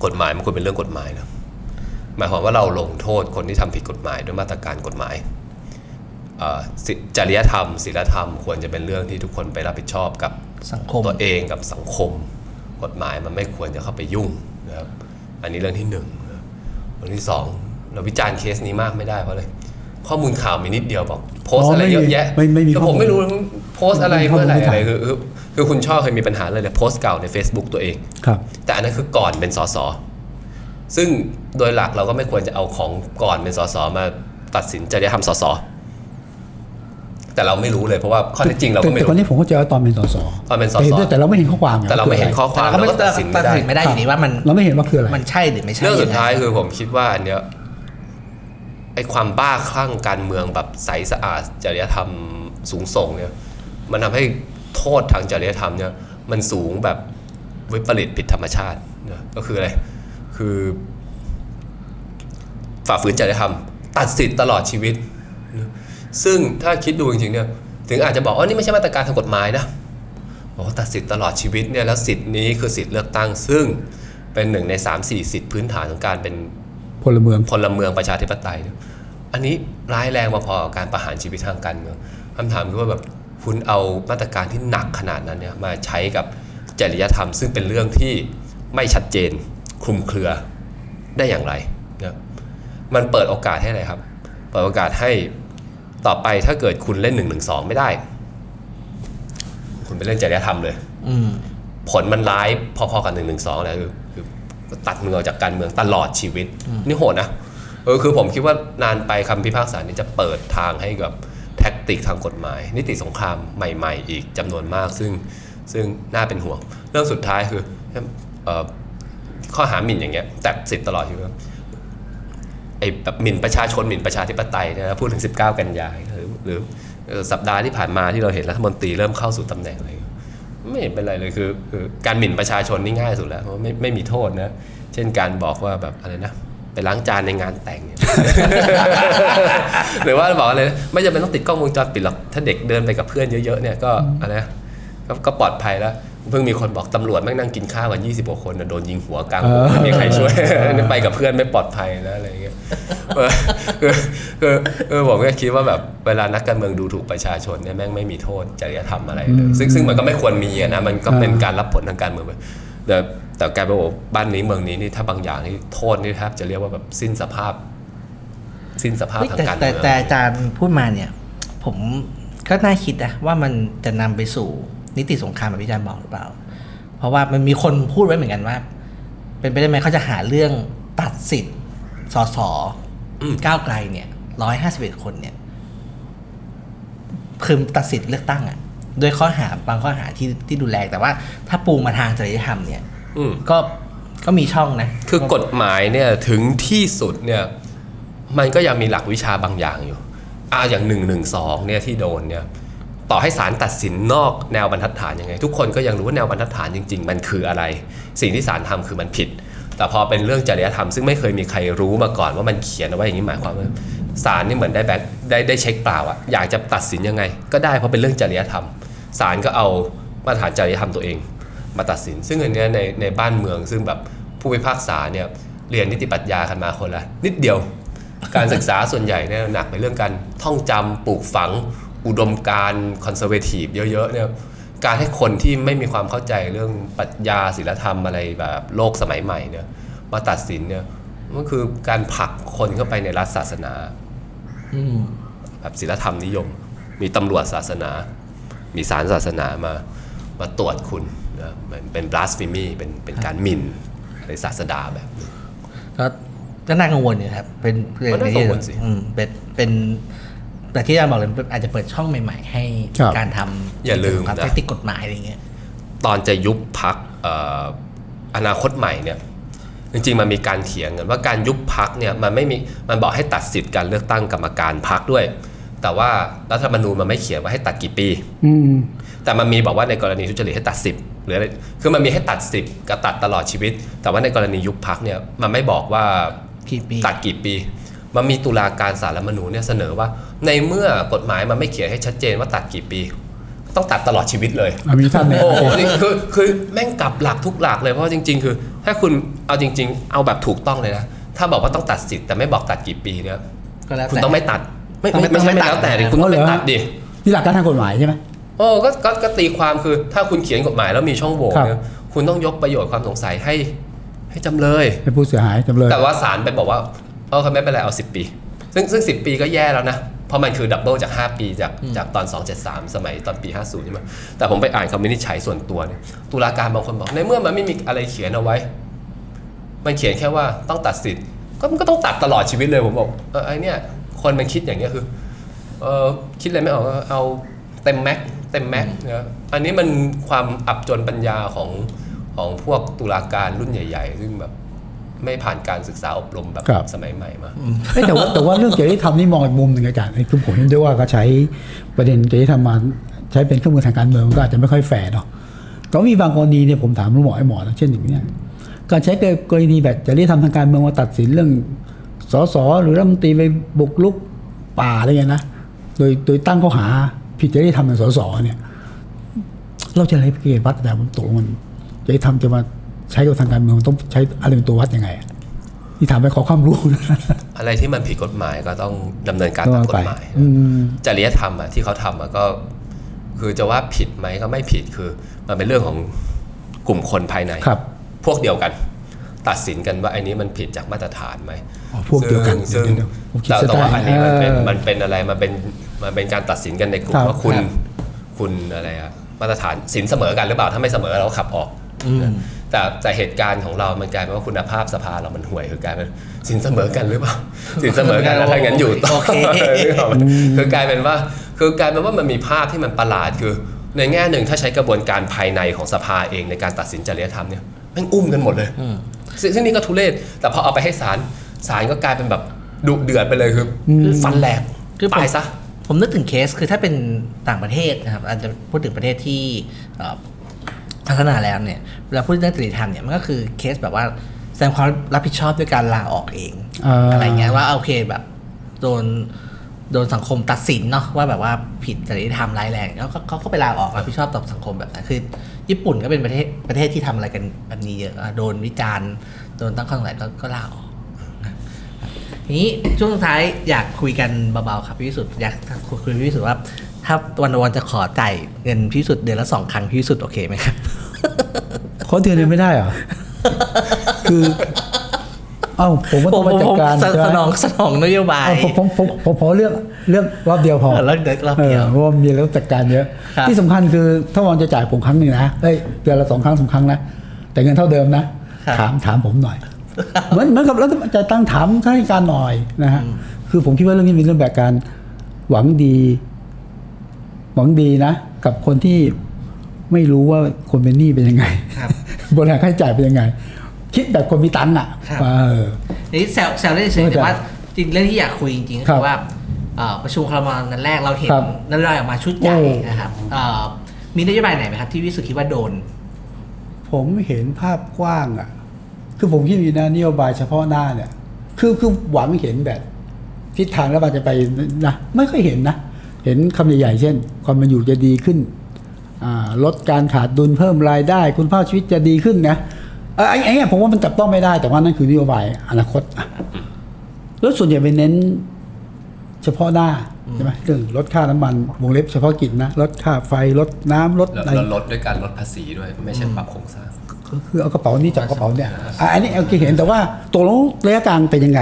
Speaker 3: กฎหมายมันควรเป็นเรื่องกฎหมายนะหมายความว่าเราลงโทษคนที่ทำผิดกฎหมายด้วยมาตรการกฎหมายเอ่อศีจริยธรรมศีลธรรม ควรจะเป็นเรื่องที่ทุกคนไปรับผิดชอบกับ
Speaker 1: สังคม
Speaker 3: ตัวเองกับสังคม กฎหมายมันไม่ควรจะเข้าไปยุ่งนะครับอันนี้เรื่องที่หนึ่งนะครับเรื่องที่สองเราวิจารณ์เคสนี้มากไม่ได้เพราะเลย ข้อมูลข่าวมีนิดเดียวบอกโพสต์อะไร
Speaker 2: ไม่มี
Speaker 3: เยอะแยะ
Speaker 2: ไม่ไม่มี
Speaker 3: แต่ผมไม่รู้ว่าโพสต์อะไร
Speaker 2: ไม่มีข้อ
Speaker 3: เมื่
Speaker 2: มูล
Speaker 3: อไหร่
Speaker 2: ข่าว
Speaker 3: อะไรคือคือคือคุณช่อเคยมีปัญหาเลยเลยโพสต์เก่าใน Facebook ตัวเอง
Speaker 2: ครับ
Speaker 3: แต่อันนั้นคือก่อนเป็นสสซึ่งโดยหลักเราก็ไม่ควรจะเอาของก่อนเป็นสสมาตัดสินจริยธรรมสสแต่เราไม่รู้เลยเพราะว่าข้อเท็จจริงเราก็ไม่
Speaker 2: แต่
Speaker 3: รู้
Speaker 2: คนนี้ผมเข้าใจว่าตอนเป็นสส
Speaker 3: ตอนเป็นสส
Speaker 2: แต่แต่เราไม่เห็นข้อความง
Speaker 3: แต่เราไม่เห็นข้อความ
Speaker 1: แต่เราก็ไม่
Speaker 3: เราก็ตัดสินไม่
Speaker 1: ตัด
Speaker 3: ได้
Speaker 1: สินไม่ได้อยู่ดีว่ามัน
Speaker 2: เราไม่เห็นว่าคืออะไร
Speaker 1: มันใช่หรือไม่ใช่
Speaker 3: เรื่องสุดท้าย
Speaker 1: งไง
Speaker 3: คือผมคิดว่าอันเนี้ยไอความบ้าคลั่งการเมืองแบบใสสะอาดจริยธรรมสูงส่งเนี่ย มันทำให้โทษทางจริยธรรมเนี่ยมันสูงแบบวิปริตผิดธรรมชาตินะก็คืออะไร คือฝ่าฝืนจริยธรรม ตัดสิทธิ์ตลอดชีวิตนะซึ่งถ้าคิดดูจริงๆเนี่ยถึงอาจจะบอกว่านี่ไม่ใช่มาตรการทางกฎหมายนะ บอกว่าตัดสิทธิ์ตลอดชีวิตเนี่ยแล้วสิทธิ์นี้คือสิทธิ์เลือกตั้ง ซึ่งเป็นหนึ่งใน 3 4 สิทธิ์พื้นฐานของการเป็น
Speaker 2: พลเมือง
Speaker 3: พลเมืองประชาธิปไตยเนี่ยอันนี้ร้ายแรงมาพอกับการประหารชีวิตทางการเมืองคำถามคือว่าแบบคุณเอามาตรการที่หนักขนาดนั้นเนี่ยมาใช้กับจริยธรรม ซึ่งเป็นเรื่องที่ไม่ชัดเจนคลุมเครือได้อย่างไรนะมันเปิดโอกาสให้อะไรครับ เปิดโอกาสให้ต่อไปถ้าเกิดคุณเล่นหนึ่งหนึ่งสองไม่ได้ คุณไปเล่นจริยธรรมเลย
Speaker 1: อืม
Speaker 3: ผลมันร้ายพอๆกับหนึ่งหนึ่งสองเลยคือคือตัดมือออกจากการเมืองตลอดชีวิต นี่โหดนะเออคือผมคิดว่านานไปคำพิพากษานี้จะเปิดทางให้กับแท็กติกทางกฎหมาย นิติสงครามใหม่ๆ อีกจำนวนมาก ซึ่งซึ่งน่าเป็นห่วง เรื่องสุดท้ายคือเอ่อข้อหาหมิ่นอย่างเงี้ยแต่สิทธิ์ตลอดชีวิต ไอ้แบบหมิ่นประชาชนหมิ่นประชาธิปไตยเนยนะพูดถึง 19 กันยายนหรือหรือเอ่อสัปดาห์ที่ผ่านมาที่เราเห็นรัฐมนตรีเริ่มเข้าสู่ตำแหน่งอะไรอย่างเงี้ยไม่เห็นเป็นไรเลยคือคือการหมิ่นประชาชนนี่ง่ายสุดแล้วเพราะไม่ไม่มีโทษนะ เช่นการบอกว่าแบบอะไรนะ ไปล้างจานในงานแต่งเนี่ย หรือว่าบอกอะไรนะไม่จำเป็นต้องติดกล้องวงจรปิดหรอกถ้าเด็กเดินไปกับเพื่อนเยอะๆเนี่ยก็อะไรนะก็ก็ปลอดภัยแล้วเพิ่งมีคนบอกตำรวจแม่งนั่งกินข้าวกัน20กว่าคนน่ะโดนยิงหัวกลางวงไม่มีใครช่วย
Speaker 2: เออ
Speaker 3: ไปกับเพื่อนไม่ปลอดภัยนะอะไรอย่างเงี้ยเออคือคือคือผมก็คิดว่าแบบเวลานักการเมืองดูถูกประชาชนเนี่ยแม่งไม่มีโทษจริยธรรมอะไรเลย ซึ่งซึ่งมันก็ไม่ควรมีอะนะมันก็เป็นการรับผลทางการเมืองไปแต่แต่การบอกว่าบ้านนี้เมืองนี้นี่ถ้าบางอย่างนี่โทษนี่แทบจะเรียกว่าแบบสิ้นสภาพ สิ้นสภาพ
Speaker 1: เฮ้ย
Speaker 3: ทาง
Speaker 1: แต่
Speaker 3: การเมื
Speaker 1: แต่
Speaker 3: อง
Speaker 1: แต่อาจารย์พูดมาเนี่ย ผมก็น่าคิดนะว่ามันจะนำไปสู่นิติสงครามแบบที่อาจารย์บอกหรือเปล่า เพราะว่ามันมีคนพูดไว้เหมือนกันว่า เป็นไปได้ไหมเขาจะหาเรื่องตัดสิทธิ์สส
Speaker 3: อืม
Speaker 1: ก้าวไกลเนี่ยร้อยห้าสิบเอ็ดคนเนี่ยคือตัดสิทธิ์เลือกตั้งอะ่ะด้วยข้อหาบางข้อหาที่ที่ดูแรงแต่ว่าถ้าปูมาทางจริยธรรมเนี่ย
Speaker 3: อืม
Speaker 1: ก็ก็มีช่องนะ
Speaker 3: คือกฎหมายเนี่ยถึงที่สุดเนี่ยมันก็ยังมีหลักวิชาบางอย่างอยู่อ่าอย่างหนึ่งหนึ่งสองเนี่ยที่โดนเนี่ยต่อให้ศาลตัดสินนอกแนวบรรทัดฐานยังไง ทุกคนก็ยังรู้ว่าแนวบรรทัดฐานจริง ๆ มันคืออะไร สิ่งที่ศาลทำคือมันผิด แต่พอเป็นเรื่องจริยธรรมซึ่งไม่เคยมีใครรู้มาก่อนว่ามันเขียนเอาไว้อย่างนี้หมายความว่าศาลนี่เหมือนได้แบ็คได้ได้เช็คเปล่าอะอยากจะตัดสินยังไง ก็ได้เพราะเป็นเรื่องจริยธรรมศาลก็เอามาตรฐานจริยธรรมตัวเอง มาตัดสิน ซึ่งอันเนี้ยในในบ้านเมืองซึ่งแบบผู้พิพากษาเนี่ยเรียนนิติปรัชญากันมาคนละนิดเดียว การศึกษาส่วนใหญ่เนี่ยหนักในเรื่องการท่องจำปลูกฝัง อุดมการคอนเซอร์เวทีฟเยอะๆเนี่ยการให้คนที่ไม่มีความเข้าใจเรื่องปรัชญาศิลธรรมอะไรแบบโลกสมัยใหม่เนี่ยมาตัดสินเนี่ยมันคือการผลักคนเข้าไปในรัฐศาสนา
Speaker 1: อืม
Speaker 3: แบบศีลธรรมนิยม มีตำรวจศาสนา มีศาลศาสนามามาตรวจคุณนะมันเป็น blasphemy เป็นเป็นการหมิ่นในศาสดาแบบนี้
Speaker 1: ก็ก็น่ากังวลอยู่ครับ เป็น
Speaker 3: ก็น่ากังวลสิ
Speaker 1: อืมเป็นเป็นแต่ที่อาจารย์บอกเลยอาจจะเปิดช่องใหม่ ๆ ให้
Speaker 2: ครับ
Speaker 1: การทำ
Speaker 3: อย่าลืมนะ
Speaker 1: เทคนิคกฎหมายอะไรเงี้ย
Speaker 3: ตอนจะยุบพักอนาคตใหม่เนี่ยจริงๆมันมีการเถียงกันว่าการยุบพักเนี่ยมันไม่มีมันบอกให้ตัดสิทธิ์การเลือกตั้งกรรมการพักด้วย แต่ว่ารัฐธรรมนูญมันไม่เขียนว่าให้ตัดกี่ปี
Speaker 2: อืม
Speaker 3: แต่มันมีบอกว่าในกรณีทุจริตให้ตัดสิบหรืออะไรคือมันมีให้ตัดสิบกับตัดตลอดชีวิต แต่ว่าในกรณียุบพักเนี่ยมันไม่บอกว่า
Speaker 1: กี่ปี
Speaker 3: ตัดกี่ปี มันมีตุลาการสารรัฐธรรมนูญเนี่ยเสนอว่า ในเมื่อกฎหมายมันไม่เขียนให้ชัดเจนว่าตัดกี่ปี ต้องตัดตลอดชีวิตเลย
Speaker 2: อ่ะมีท่านเนี่ย
Speaker 3: โอ้โหนี่คือคือแม่งกลับหลักทุกหลักเลยเพราะจริง ๆ คือ ถ้าคุณเอาจริง ๆ เอาแบบถูกต้องเลยนะถ้าบอกว่าต้องตัดสิทธิ์แต่ไม่บอกตัดกี่ปีเนี่ย
Speaker 1: ก็แล้วแต่
Speaker 3: คุณต้องไม่ตัดไม่
Speaker 1: ต้องไม่
Speaker 3: ไม่ไม่ใช่ไม่
Speaker 1: ต้องไม่ตัด
Speaker 3: แล้วแต่ดิคุณต้องไม่ตัดดิ
Speaker 2: นี่หลักการทางกฎหมายใช่ไหม
Speaker 3: โอ้ก็ก็ก็ตีความคือ ถ้าคุณเขียนกฎหมายแล้วมีช่องโหว่
Speaker 2: ครับ
Speaker 3: เนี่ยคุณต้องยกประโยชน์ความสงสัยให้ ให้จำเลย
Speaker 2: ให้ผู้เสียหายจำเลย
Speaker 3: แต่ว่าศาลไปบอกว่าเออเขาไม่เป็นไรเอา 10 ปี ซึ่งซึ่ง10 ปีก็แย่แล้วนะ เพราะมันคือดับเบิลจาก 5 ปีจากจากตอน 273 สมัยตอนปี 50 ใช่ไหมแต่ผมไปอ่านคำวินิจฉัยส่วนตัวเนี่ยตุลาการบางคนบอก ในเมื่อมันไม่มีอะไรเขียนเอาไว้ มันเขียนแค่ว่าต้องตัดสิทธิ์ก็มันก็ต้องตัดตลอดชีวิตเลยผมบอกเออไอเนี่ยคนมันคิดอย่างเงี้ยคือเออคิดอะไรไม่ออกก็เอาเต็มแม็กเต็มแม็กนะอันนี้มันความอับจนปัญญาของของพวกตุลาการรุ่นใหญ่ ๆ ซึ่งแบบไม่ผ่านการศึกษาอบรมแบบ
Speaker 2: ครับ
Speaker 3: สมัยใหม่มา
Speaker 2: เอ้ยแต่ว่าแต่ว่าเรื่องจริยธรรมนี่มองอีกมุมหนึ่งอาจารย์คือผมเห็นด้วยว่าก็ใช้ประเด็นจริยธรรมมาใช้เป็นเครื่องมือทางการเมืองมันก็อาจจะไม่ค่อยแฟร์เนาะแต่ว่ามีบางกรณีเนี่ยผมถามรู้หมอไอ้หมอนะเช่นอย่างเนี้ยการใช้กรณีแบบจริยธรรมทางการเมืองมาตัดสินเรื่องสสหรือรัฐมนตรีไปบุกลุกป่าอะไรเงี้ยนะโดยโดยตั้งข้อหาผิดจริยธรรมในสสเนี่ย เราจะอะไรไปเกณฑ์วัดแต่ผมตกลงมันจริยธรรมจะมาใช้กับทางการเมืองมันต้องใช้อะไรเป็นตัววัดยังไงอะนี่ถามไปขอความรู้นะ
Speaker 3: อะไรที่มันผิดกฎหมายก็ต้องดำเนินการตามกฎหมาย
Speaker 2: อืม
Speaker 3: จริยธรรมอะที่เขาทำอะก็ คือจะว่าผิดไหมก็ไม่ผิดคือ มันเป็นเรื่องของกลุ่มคนภายใน
Speaker 2: ครับ
Speaker 3: พวกเดียวกัน ตัดสินกันว่าไอ้นี้มันผิดจากมาตรฐานไหม
Speaker 2: อ๋อพวกเดียวกัน
Speaker 3: ซึ่ง
Speaker 2: เดี๋ยวเดี๋
Speaker 3: ซึ่ง
Speaker 2: ยวผมคิด
Speaker 3: แต่
Speaker 2: ซะ
Speaker 3: แต่ว่า
Speaker 2: ได้
Speaker 3: อันนี้มันเป็น
Speaker 2: เออ
Speaker 3: มันเป็นอะไรมันเป็นมันเป็นการตัดสินกันในกลุ่
Speaker 2: ครั
Speaker 3: ม
Speaker 2: บ
Speaker 3: ว่าคุณ
Speaker 2: ครับ
Speaker 3: คุณอะไรอะมาตรฐานสินเสมอกันหรือเปล่าถ้าไม่เสมอเราก็ขับออก
Speaker 1: อืม
Speaker 3: แต่แต่เหตุการณ์ของเรา มันกลายเป็นว่าคุณภาพสภาเรามันห่วยคือกลายเป็นสินเสมอกันหรือเปล่า สินเสมอกันแล้วถ้างั้นอยู่ต่อ
Speaker 1: โอเค
Speaker 3: นึกออกไหมคือกลายเป็นว่า คือกลายเป็นว่ามันมีภาพที่มันประหลาดคือ ในแง่หนึ่งถ้าใช้กระบวนการภายในของสภาเองในการตัดสินจริยธรรมเนี่ยแม่งอุ้มกันหมดเลย
Speaker 1: อืม
Speaker 3: ซึ่งซึ่งนี่ก็ทุเรศ แต่พอเอาไปให้ศาลศาลก็กลายเป็นแบบดุเดือดไปเลยคืออฟันแหลก
Speaker 1: คือผม
Speaker 3: ตายซะ
Speaker 1: ผมนึกถึงเคสคือถ้าเป็นต่างประเทศนะครับอาจจะพูดถึงประเทศที่เอ่อพัฒนาแล้วเนี่ยเวลาพูดเรื่องจริยธรรมเนี่ยมันก็คือเคสแบบว่าแสดงความรับผิดชอบด้วยการลาออกเอง
Speaker 2: อ่า
Speaker 1: ไรเงี้ยว่าโอเคแบบโดนโดนสังคมตัดสินเนาะว่าแบบว่าผิดจริยธรรมร้ายแรงแล้วก็เขาก็ไปลาออกรับผิดชอบต่อสังคมแบบนั้นคือ ญี่ปุ่นก็เป็นประเทศประเทศที่ทำอะไรกันแบบนี้เยอะอ่ะโดนวิจารณ์โดนตั้งข้อสงสัยก็ก็ลาออก ทีนี้ช่วงสุดท้ายอยากคุยกันเบาๆครับพี่วิสุทธ์อยากคุยกับพี่วิสุทธ์ว่า ถ้าวันวันจะขอจ่ายเงินพี่วิสุทธ์เดือนละสองครั้งพี่วิสุทธ์โอเคไหมครับ
Speaker 2: ขอเดือนหนึงไม่ได้ เหรอ คือ เอ้าผมก็
Speaker 1: ผ
Speaker 2: ต้อ
Speaker 1: ม
Speaker 2: ง
Speaker 1: ผม
Speaker 2: มาจัด
Speaker 1: ผม
Speaker 2: การ
Speaker 1: ส
Speaker 2: ใช่
Speaker 1: ส
Speaker 2: ไห
Speaker 1: น
Speaker 2: ม
Speaker 1: องสนองนโยบาย
Speaker 2: เอ้าผมผมผมผมผมเลือกเลือกรอบเดียวพอ
Speaker 1: เออเลือกเดี๋ยวรอบเดียว
Speaker 2: เพราะว่ามีแล้วจัดการเยอะ
Speaker 1: ครับ
Speaker 2: ที่สำคัญคือถ้าวันจะจ่ายผมครั้งหนึ่งนะเอ้ยเดือนละสองครั้งสามครั้งนะ แต่เงินเท่าเดิมนะ ถามถามผม หน่อย เหมือนเหมือนกับรัฐบาลจะตั้งถามข้าราชการหน่อยนะฮะ คือผมคิดว่าเรื่องนี้เป็นเรื่องแบบการหวังดี หวังดีนะ กับคนที่ไม่รู้ว่าคนเป็นหนี้เป็นยังไง
Speaker 1: ครับ
Speaker 2: บริหารค่าใช้จ่ายเป็นยังไง คิดแบบคนมีตังค์อ่ะ
Speaker 1: ครับ
Speaker 2: เออ
Speaker 1: นี่แซวแซวได้เฉยๆแต่ว่าจริงเรื่องที่อยากคุยจริงๆก็
Speaker 2: ครั
Speaker 1: คื
Speaker 2: บ
Speaker 1: อว่าเอ่อประชุมครมนั้นแรกเราเห็น
Speaker 2: ครับ
Speaker 1: นโยบายออกมาชุดใหญ่
Speaker 2: โอ้
Speaker 1: นะครับเอ่อมีนโยบายไหนไหมครับที่วิสุทธ์คิดว่าโดน
Speaker 2: ผมเห็นภาพกว้างอ่ะ คือผมคิดอยู่นะนโยบายเฉพาะหน้าเนี่ย คือคือหวังเห็นแบบทิศทางแล้วมันจะไปนะไม่ค่อยเห็นนะ เห็นคำใหญ่ๆเช่น ความมันอยู่จะดีขึ้นอ่าลดการขาดดุลเพิ่มรายได้ คุณภาพชีวิตจะดีขึ้นนะเออไอ้ไอ้เนี่ยผมว่ามันจับต้องไม่ได้แต่ว่านั่นคือนโยบายอนาคตอะแล้วส่วนใหญ่ไปเน้น เฉพาะหน้าใช่ไหมเรื่องลดค่าน้ำมันวงเล็บเฉพาะกิจนะลดค่าไฟลดน้ำลด
Speaker 3: แล้ว
Speaker 2: อะไร
Speaker 3: แล้วลดด้วยการลดภาษีด้วยไม่ใช่ปรับโครงสร้าง
Speaker 2: ก็คือเอากระเป๋านี่จากกระเป๋าเนี่ยอ่ะอันนี้โอเคเห็นแต่ว่าตกลงระยะกลางเป็นยังไง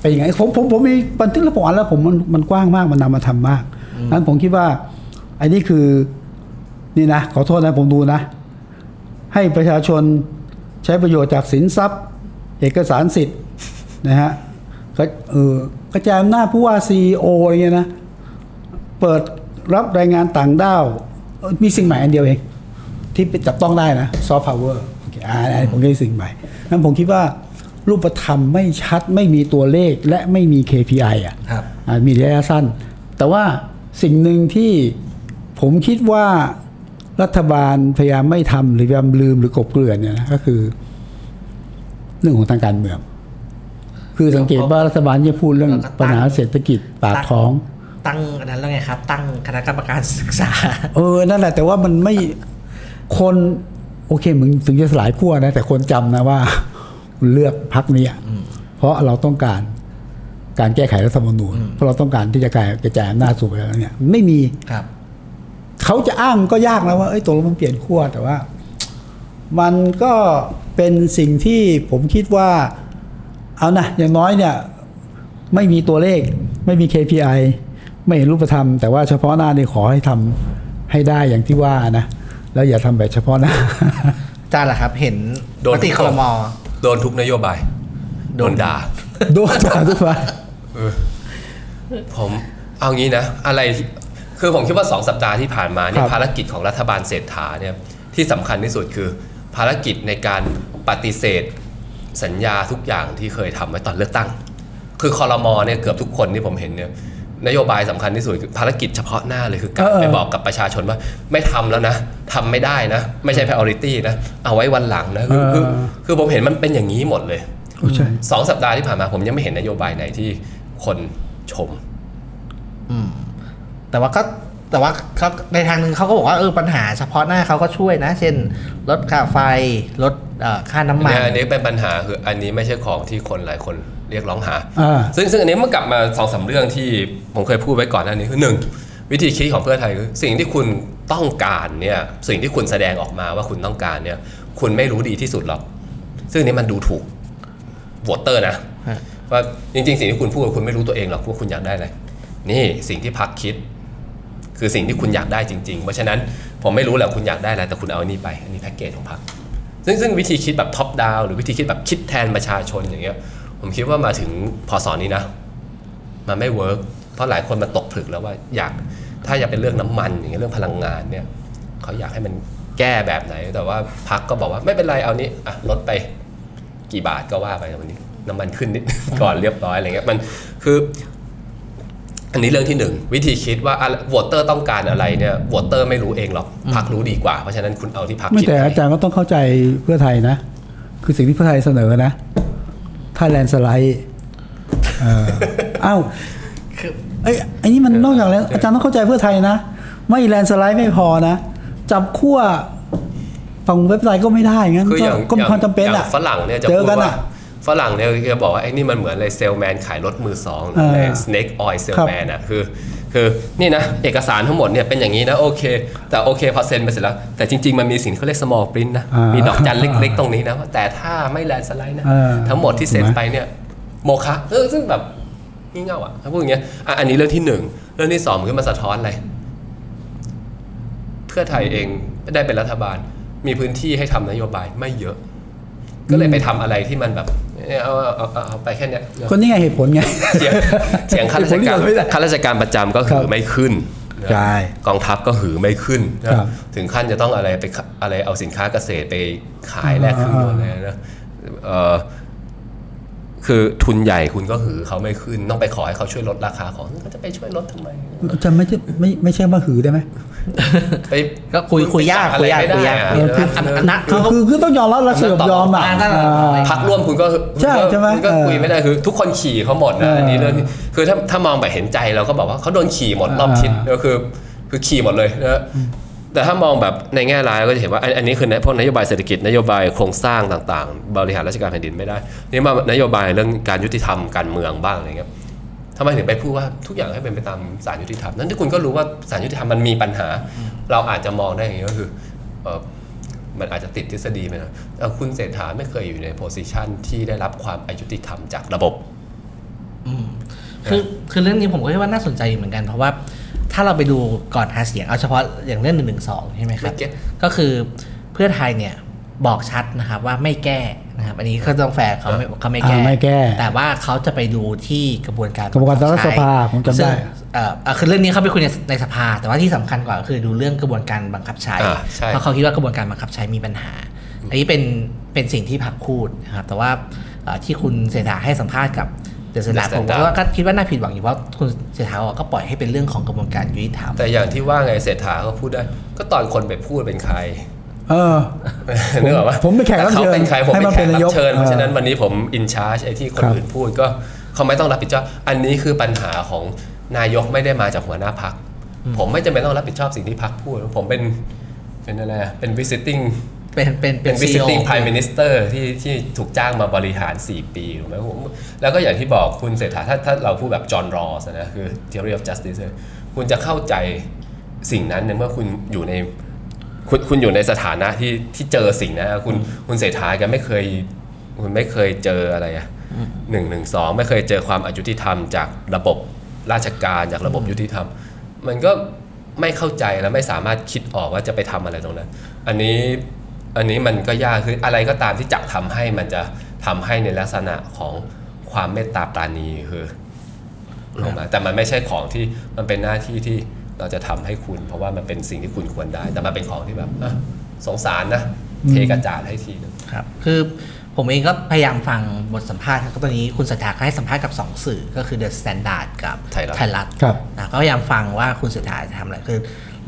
Speaker 2: เป็นยังไงผมผมผมมีบันทึกและผมอ่านแล้วผมมันมันกว้างมากมันนำมาทำมากนั้นผมคิดว่าอันนี้คือนี่นะขอโทษนะผมดูนะ ให้ประชาชนใช้ประโยชน์จากสินทรัพย์ เอกสารสิทธิ์นะฮะก็เออกระจายอำนาจผู้ว่าซีโออะไรเงี้ยนะ เปิดรับแรายงานต่างด้าวเอ่อมีสิ่งใหม่อันเดียวเอง ที่ไปจับต้องได้นะซอฟต์พาวเวอร์อ่าอันนี้ผมก็ได้สิ่งใหม่นั้นผมคิดว่ารูปธรรมไม่ชัดไม่มีตัวเลขและไม่มี KPI อ่ะ
Speaker 1: ครับ
Speaker 2: อ่ามีระยะสั้น แต่ว่าสิ่งหนึ่งที่ผมคิดว่ารัฐบาลพยายามไม่ทำหรือพยายามลืมหรือกลบเกลื่อนเนี่ยนะก็คือ เรื่องของทางการเมือง คือสังเกตว่ารัฐบาลจะพูดเรื่อง
Speaker 1: แล้วก็ตั้ง
Speaker 2: ปัญหาเศรษฐกิจปากท้อง
Speaker 1: ตั้งอันนั้นแล้วไงครับ ตั้งคณะกรรมการศึกษา
Speaker 2: เออ นั่นแหละ แต่ว่ามันไม่คนโอเคมึงถึงจะสลายขั้วนะ แต่คนจำนะว่า เลือกพักนี้อะเพราะเราต้องการการแก้ไขรัฐธรรมนูญเพราะเราต้องการที่จะกระจายอำนาจสู่ประชาชนเนี่ยไม่มี
Speaker 1: ครับ
Speaker 2: เขาจะอ้างก็ยากนะว่าเอ้ยตกลงมันเปลี่ยนขั้วแต่ว่า มันก็เป็นสิ่งที่ผมคิดว่า เอานะอย่างน้อยเนี่ย ไม่มีตัวเลข ไม่มี KPI ไม่เห็นรูปธรรม แต่ว่าเฉพาะหน้าเนี่ยขอให้ทำให้ได้อย่างที่ว่านะ แล้วอย่าทำแบบเฉพาะห น้า
Speaker 1: อาจารย์ล่ะครับ เห็น
Speaker 3: โดน
Speaker 1: มติคลมอ
Speaker 3: โดนทุกนโยบาย
Speaker 1: โด
Speaker 3: โด
Speaker 1: น
Speaker 3: นด่า
Speaker 2: โดนด่าทุกฝ่าย
Speaker 3: ผมเอางี้นะ อะไรที่คือผมคิดว่า 2 สัปดาห์ที่ผ่านมาเนี่
Speaker 2: ครั
Speaker 3: ย
Speaker 2: บ
Speaker 3: ภารกิจของรัฐบาลเศรษฐาเนี่ยที่สำคัญที่สุดคือภารกิจในการปฏิเสธสัญญาทุกอย่างที่เคยทำไว้ตอนเลือกตั้ง คือคอรมอเนี่ยเกือบทุกคนที่ผมเห็นเนี่ยนโยบายสำคัญที่สุดคือภารกิจเฉพาะหน้าเลยคือการ
Speaker 2: เออ
Speaker 3: ไปบอกกับประชาชนว่าไม่ทำแล้วนะทำไม่ได้นะ ไม่ใช่ priority นะเอาไว้วันหลังนะคือคือคือผมเห็นมันเป็นอย่างนี้หมดเลย
Speaker 2: โอ้ใช่
Speaker 3: สองสัปดาห์ที่ผ่านมาผมยังไม่เห็นนโยบายไหนที่คนชม
Speaker 1: อืม แต่ว่าก็แต่ว่าเขาในทางหนึ่งเขาก็บอกว่าเออปัญหาเฉพาะหน้าเขาก็ช่วยนะ เช่น ลดค่าไฟลดเอ่อค่าน้ำมัน
Speaker 3: เนี่ยอันนี้เป็นปัญหาคืออันนี้ไม่ใช่ของที่คนหลายคนเรียกร้องหา
Speaker 2: อ่า
Speaker 3: ซึ่งซึ่งอันนี้มันกลับมาสองสามเรื่องที่ผมเคยพูดไว้ก่อนหน้านี้คือหนึ่งวิธีคิดของเพื่อไทยคือสิ่งที่คุณต้องการเนี่ยสิ่งที่คุณแสดงออกมาว่าคุณต้องการเนี่ยคุณไม่รู้ดีที่สุดหรอก ซึ่งอันนี้มันดูถูกโหวตเตอร์นะ
Speaker 1: ฮะ
Speaker 3: ว่าจริงๆ สิ่งที่คุณพูดคุณไม่รู้ตัวเองหรอกว่าคุณอยากได้อะไรนี่สิ่งที่พักคิด คือสิ่งที่คุณอยากได้จริงๆ เพราะฉะนั้นผมไม่รู้แหละคุณอยากได้อะไรแต่คุณเอาอันนี้ไปอันนี้แพ็กเกจของพรรคซึ่งซึ่งวิธีคิดแบบท็อปดาวหรือวิธีคิดแบบคิดแทนประชาชนอย่างเงี้ย ผมคิดว่ามาถึงพอสอนนี้นะ มันไม่เวิร์กเพราะหลายคนมันตกผลึกแล้วว่าอยากถ้าอยากเป็นเรื่องน้ำมันอย่างเงี้ยเรื่องพลังงานเนี่ยเขาอยากให้มันแก้แบบไหน แต่ว่าพักก็บอกว่าไม่เป็นไรเอานี้อ่ะลดไป กี่บาทก็ว่าไปแต่วันนี้น้ำมันขึ้นนิด ก่อนเรียบร้อยอะไรเงี้ยมันคือ อันนี้เรื่องที่หนึ่งวิธีคิดว่าโหวตเตอร์ต้องการอะไรเนี่ยวอเตอร์ไม่รู้เองหรอกพักรู้ดีกว่า เพราะฉะนั้นคุณเอาที่พัก
Speaker 2: ไม่
Speaker 3: คิด
Speaker 2: แต่
Speaker 3: ไป
Speaker 2: อาจารย์ก็ต้องเข้าใจเพื่อไทยนะ คือสิ่งที่เพื่อไทยเสนอนะ ถ้าแลนสไลด์เอ่อ เอ้าไอ้ยไอ้นี่มันนอกจากแล้วอาจารย์ต้องเข้าใจเพื่อไทยนะ ไม่แลนสไลด์ไม่พอนะ จับขั้วฝั่งเว็บไซต์ก็ไม่ได้งั้น
Speaker 3: คือ
Speaker 2: ก็
Speaker 3: อย่าง
Speaker 2: ก็มีความจำเป็น
Speaker 3: อย่า
Speaker 2: อ่ะ
Speaker 3: งฝรั่งเนี่ยจะ
Speaker 2: เจอ
Speaker 3: พูด
Speaker 2: กัน
Speaker 3: ว่า
Speaker 2: อ่ะ
Speaker 3: ฝรั่งเนี่ยจะบอกว่าไอ้นี่มันเหมือนอะไรเซลแมนขายรถมือสองหรืออะไร
Speaker 2: เออ
Speaker 3: snake oil salesman อ่ะคือ คือนี่นะ เอกสารทั้งหมดเนี่ยเป็นอย่างนี้นะโอเค แต่โอเคพอเซ็นไปเสร็จแล้ว แต่จริง ๆ มันมีสิ่งที่เขาเรียก small print นะ
Speaker 2: อ่ามี
Speaker 3: มีดอกจันเล็กๆ ตรงนี้นะว่าแต่ถ้าไม่แลนสไลด์นะ
Speaker 2: เออ
Speaker 3: ทั้งหมดที่เซ็นไปเนี่ย โมฆะเออซึ่งแบบงี่เง่าอ่ะถ้าพูดอย่างเงี้ยอ่ะอันนี้เรื่องที่หนึ่งเรื่องที่สองคือมาสะท้อนอะไร เพื่อไทยเองได้เป็นรัฐบาล มีพื้นที่ให้ทำนโยบายไม่เยอะ ก็เลยไปทำอะไรที่มันแบบเนี่ยเอาเอาเอาเอาไปแค่เนี้ย
Speaker 2: ก็นี่ไงเหตุผลไง
Speaker 3: เสียงเสียงข้าราชกา
Speaker 2: ผ
Speaker 3: ร
Speaker 2: มเรียกไม่ได้
Speaker 3: ข้าราชการประจำก็หื
Speaker 2: ครั
Speaker 3: อบ ไม่ขึ้น
Speaker 2: ใช่
Speaker 3: กองทัพก็หือไม่ขึ้นนะครับ ถึงขั้นจะต้องอะไรไปขะอะไรเอาสินค้าเกษตรไปขายแลกครึ่ง
Speaker 2: อ่า
Speaker 3: ตัวเลยนะเอ่อคือทุนใหญ่คุณก็หือเขาไม่ขึ้น ต้องไปขอให้เขาช่วยลดราคาของเขาจะไปช่วยลดทำไม
Speaker 2: อาจารย์ไม่ใช่ไม่ไม่ใช่ว่าหือได้ไหม
Speaker 3: ไป
Speaker 1: ก็คุยคุยยาก
Speaker 3: อะ
Speaker 1: คุ
Speaker 3: ไร
Speaker 1: ยยาก
Speaker 3: ไม่ได้
Speaker 1: คุยยาก
Speaker 3: อะ
Speaker 1: เออคืออันอันนั้นเขาก็
Speaker 2: คือคือต้องยอมรับและสยบยอมอ่ะ
Speaker 1: อ่านั่นแหละ
Speaker 2: อ่า
Speaker 3: พักร่วมคุณก็คุณ
Speaker 2: ใช่
Speaker 3: ก็
Speaker 2: ใช่ไหม
Speaker 3: คุณก็คุยไม่ได้คือ ทุกคนขี่เขาหมดนะอันนี้เรื่องที่คือถ้าถ้ามองแบบเห็นใจเราก็บอกว่าเขาโดนขี่หมดรอบทิศ
Speaker 2: อ่า
Speaker 3: ก็คือคือขี่หมดเลยนะแต่ถ้ามองแบบในแง่ร้ายก็จะเห็นว่าอันอันนี้คือนพวกนโยบายเศรษฐกิจนโยบายโครงสร้างต่างๆ บริหารราชการแผ่นดินไม่ได้ นี่มานโยบายเรื่องการยุติธรรมการเมืองบ้างอะไรเงี้ยทำไมถึงไปพูดว่าทุกอย่างให้เป็นไปตามศาลยุติธรรมนั้นที่คุณก็รู้ว่าศาลยุติธรรมมันมีปัญหา เราอาจจะมองได้อย่างนี้ก็คือเอ่อมันอาจจะติดทฤษฎีไปหนะคุณเศรษฐาไม่เคยอยู่ในโพสิชันที่ได้รับความอายุติธรรมจากระบบ
Speaker 1: อืมคือคือเรื่องนี้ผมก็คิดว่าน่าสนใจอยู่เหมือนกัน เพราะว่าถ้าเราไปดูก่อนหาเสียงเอาเฉพาะอย่างเรื่องหนึ่งหนึ่งสองใช่ไหมครับ
Speaker 3: ไม่เก็ต
Speaker 1: ก็คือเพื่อไทยเนี่ยบอกชัดนะครับว่าไม่แก้นะครับ อันนี้ก็ต้องแฟร์เขาไม่เขาไม่แก้
Speaker 2: อ่าไม่แก้
Speaker 1: แต่ว่าเขาจะไปดูที่กระบวนการ
Speaker 2: กระบวนการรัฐสภา
Speaker 1: บังคับใช้
Speaker 2: ผมจำได้
Speaker 1: ซึ่งเอ่อเอ่อคือเรื่องนี้เขาไปคุยในในสภา แต่ว่าที่สำคัญกว่าก็คือดูเรื่องกระบวนการบังคับใช้
Speaker 3: อ่าใช่
Speaker 1: เพราะเขาคิดว่ากระบวนการบังคับใช้มีปัญหา อันนี้เป็นเป็นสิ่งที่พักพูดนะครับ แต่ว่าเอ่อที่คุณเสถาให้สัมภาษณ์กับเดอะเสถา
Speaker 3: The
Speaker 1: ผม
Speaker 3: Standard
Speaker 1: ว่าก็คิดว่าน่าผิดหวังอยู่เพราะคุณเสถาบอกก็ปล่อยให้เป็นเรื่องของกระบวนการยุติธรรม
Speaker 3: แต่อย่างที่ว่าไงเศรษฐาก็พูดได้ ก็ตอนคนไปพูดเป็นใคร
Speaker 2: เออ
Speaker 3: นึกออกปะ
Speaker 2: ผมเป็นแขกรับเชิญ
Speaker 3: ขาเป็นใครผม
Speaker 2: ให้
Speaker 3: เป็น
Speaker 2: มา
Speaker 3: แข
Speaker 2: เป็น
Speaker 3: กรั
Speaker 2: นายก
Speaker 3: บเชิญ
Speaker 2: เอ
Speaker 3: เพราะ
Speaker 2: อ
Speaker 3: ฉะนั้นวันนี้ผมอินชาร์จไอ้ที่คน
Speaker 2: ครับ
Speaker 3: อื่นพูดก็เขาไม่ต้องรับผิดชอบ อันนี้คือปัญหาของนายกไม่ได้มาจากหัวหน้าพัก ผมไม่จำเป็นต้องรับผิดชอบสิ่งที่พักพูด ผมเป็นเป็นอะไรอะเป็น visiting
Speaker 1: เป็นเป็นเป็
Speaker 3: เป็น น
Speaker 1: CEO
Speaker 3: visiting prime minister ที่ที่ถูกจ้างมาบริหาร 4 ปีถูกไหมผมแล้วก็อย่างที่บอกคุณเศรษฐาถ้าถ้าเราพูดแบบจอห์นรอสนะคือ theory of justice เนี่ยคุณจะเข้าใจสิ่งนั้นในเมื่อคุณอยู่ใน คุณคุณอยู่ในสถานะที่ที่เจอสิ่งนนอะคุณคุณเศรษฐาแกไม่เคย คุณไม่เคยเจออะไรอะหนึ่งหนึ่งสองไม่เคยเจอความอายุติธรรม จากระบบราชการจากระบบยุติธรรม มันก็ไม่เข้าใจและไม่สามารถคิดออกว่าจะไปทำอะไรตรงนั้น อันนี้อันนี้มันก็ยากคืออะไรก็ตามที่จะทำให้มันจะทำให้ในลักษณะของความเมตตาปราณีคือ ลงมาแต่มันไม่ใช่ของที่มันเป็นหน้าที่ที่เราจะทำให้คุณ เพราะว่ามันเป็นสิ่งที่คุณควรได้ แต่มันเป็นของที่แบบอ่ะสงสารนะเทกระจาดให้ทีนึง
Speaker 1: ครับคือผมเองก็พยายามฟังบทสัมภาษณ์ครับก็ตอนนี้คุณเศรษฐาก็ให้สัมภาษณ์กับ 2 สื่อก็คือ The Standard กับ
Speaker 3: ไทยรัฐ
Speaker 1: รัฐ
Speaker 2: ครับ
Speaker 1: นะก็พยายามฟังว่าคุณเศรษฐาจะทำอะไรคือ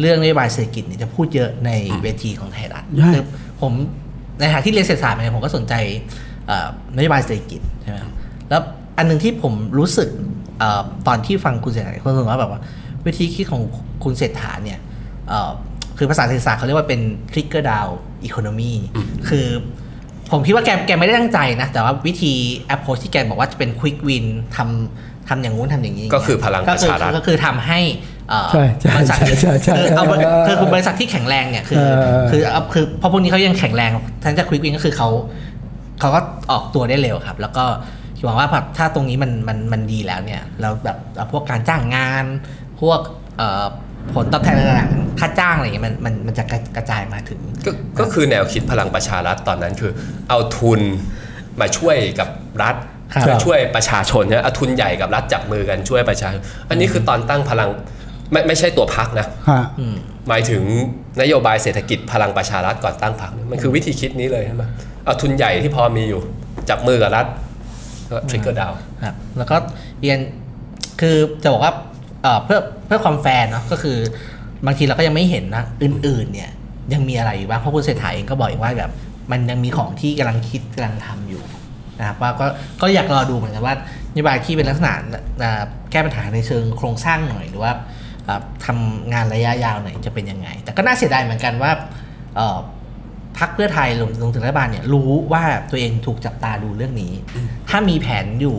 Speaker 1: เรื่องนโยบายเศรษฐกิจเนี่ยจะพูดเยอะในเวทีของไทยรัฐ
Speaker 2: ใช่
Speaker 1: คือผมในฐานะที่เรียนเศรษฐศาสตร์มาเนี่ยผมก็สนใจเอ่อนโยบายเศรษฐกิจใช่ไหมครับแล้วอันหนึงที่ผมรู้สึกเอ่อตอนที่ฟังคุณเศรษฐาเนี่ยคนรู้สึกว่าแบบว่าวิธีคิดของคุณเศรษฐาเนี่ยเอ่อคือภาษาเศรษฐศาสตร์เขาเรียกว่าเป็น trigger down economy คือ ผมคิดว่าแกแกไม่ได้ตั้งใจนะ แต่ว่าวิธี approach ที่แกบอกว่าจะเป็น quick win ทำทำอย่างงู้นทำอย่างนี้
Speaker 3: ก็คือพลังประชารัฐ
Speaker 1: ก็คือก็คือทำให้เอ่อ
Speaker 2: ใช่
Speaker 1: บ
Speaker 2: ใช่
Speaker 1: ริษัท
Speaker 2: ใช่ใช่ใช่
Speaker 1: คือเอา
Speaker 2: เออ
Speaker 1: คือบริษัทที่แข็งแรงเนี่ยคือ
Speaker 2: เออ
Speaker 1: คือเอาคือเพราะพวกนี้เขายังแข็งแรงทั้งจะ quick win ก็คือเขาเขาก็ออกตัวได้เร็วครับ แล้วก็หวังว่าแบบถ้าตรงนี้มันมันมันดีแล้วเนี่ยเราแบบเอาพวกการจ้างงาน พวกเอ่อผลตอบแทนต่างๆค่าจ้างอะไรอย่างเงี้ยมันมันมันจะกระจายมาถึง
Speaker 3: ก็ก็คือแนวคิดพลังประชารัฐตอนนั้นคือ เอาทุนมาช่วยกับรัฐ
Speaker 1: ครับ
Speaker 3: มาช่วยประชาชนนะเอาทุนใหญ่กับรัฐจับมือกันช่วยประชาชนอันนี้คือตอนตั้งพลังไม่ไม่ใช่ตัวพักนะ
Speaker 2: ฮะ
Speaker 3: หมายถึงนโยบายเศรษฐกิจพลังประชารัฐก่อนตั้งพรรคเนี่ยมันคือวิธีคิดนี้เลยใช่ไหมเอาทุนใหญ่ที่พอมีอยู่ จับมือกับรัฐก็ทริกเกอร์ดาว
Speaker 1: ครับแล้วก็เรียนคือจะบอกว่าเอ่อเพื่อเพื่อความแฟร์เนาะก็คือบางทีเราก็ยังไม่เห็นนะอื่นๆเนี่ยยังมีอะไรอยู่บ้างเพราะคุณเศรษฐาเองก็บอกอีกว่าแบบมันยังมีของที่กำลังคิดกำลังทำอยู่นะครับว่าก็ก็อยากรอดูเหมือนกันว่านโยบายที่เป็นลักษณะเอ่อแก้ปัญหาในเชิงโครงสร้างหน่อยหรือว่าเอ่อทำงานระยะยาวหน่อยจะเป็นยังไง แต่ก็น่าเสียดายเหมือนกันว่าเอ่อ พักเพื่อไทยรวมถึงรัฐบาลเนี่ยรู้ว่าตัวเองถูกจับตาดูเรื่องนี้ ถ้ามีแผนอยู่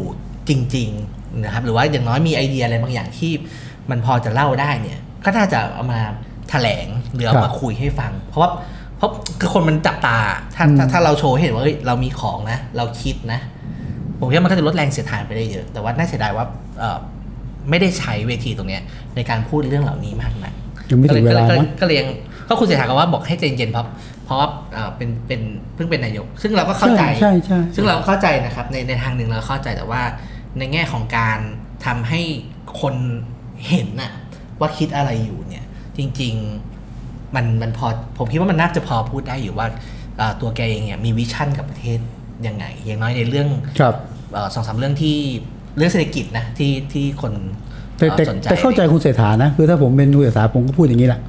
Speaker 1: จริงๆนะครับหรือว่าอย่างน้อยมีไอเดียอะไรบางอย่างที่มันพอจะเล่าได้เนี่ยก็น่าจะเอามาแถลงหรือเอา
Speaker 2: ครั
Speaker 1: มา
Speaker 2: บ
Speaker 1: คุยให้ฟัง เพราะว่าเพราะคือคนมันจับตาถ้า
Speaker 2: อืม
Speaker 1: ถ้าถ้าเราโชว์ให้เห็นว่าเฮ้ยเรามีของนะ เราคิดนะ ผมคิดว่ามันก็จะลดแรงเสียดทานไปได้เยอะ แต่ว่าน่าเสียดายว่าเอ่อไม่ได้ใช้เวทีตรงเนี้ยในการพูดเรื่องเหล่านี้มากนัก
Speaker 2: ยังไม่ถึงเวลา
Speaker 1: ก็ย
Speaker 2: มั้ง
Speaker 1: ก็เลยยังก็คุณเศรษฐาก็ว่าบอกให้ใจเย็นเพราะเพราะว่าเอ่อเป็นเป็นเพิ่งเป็นนายก ซึ่งเราก็เข้าใจ
Speaker 2: ใช่ใช่ใช่
Speaker 1: ซึ่งเราก็เข้าใจนะครับในในทางหนึ่งเราเข้าใจแต่ว่า ในแง่ของการทำให้คนเห็นน่ะว่าคิดอะไรอยู่เนี่ย จริง ๆ มันมันพอผมคิดว่ามันน่าจะพอพูดได้อยู่ว่าเอ่อตัวแกเองเนี่ยมีวิชั่นกับประเทศยังไงอย่างน้อยในเรื่อง
Speaker 2: ครับ
Speaker 1: เอ่อสองสามเรื่องที่เรื่องเศรษฐกิจนะที่ที่คน
Speaker 2: แต่แต่
Speaker 1: อ่อสนใจ
Speaker 2: แต่เข้าใจคุณเศรษฐานะ คือถ้าผมเป็นคุณเศรษฐาผมก็พูดอย่างนี้แหละ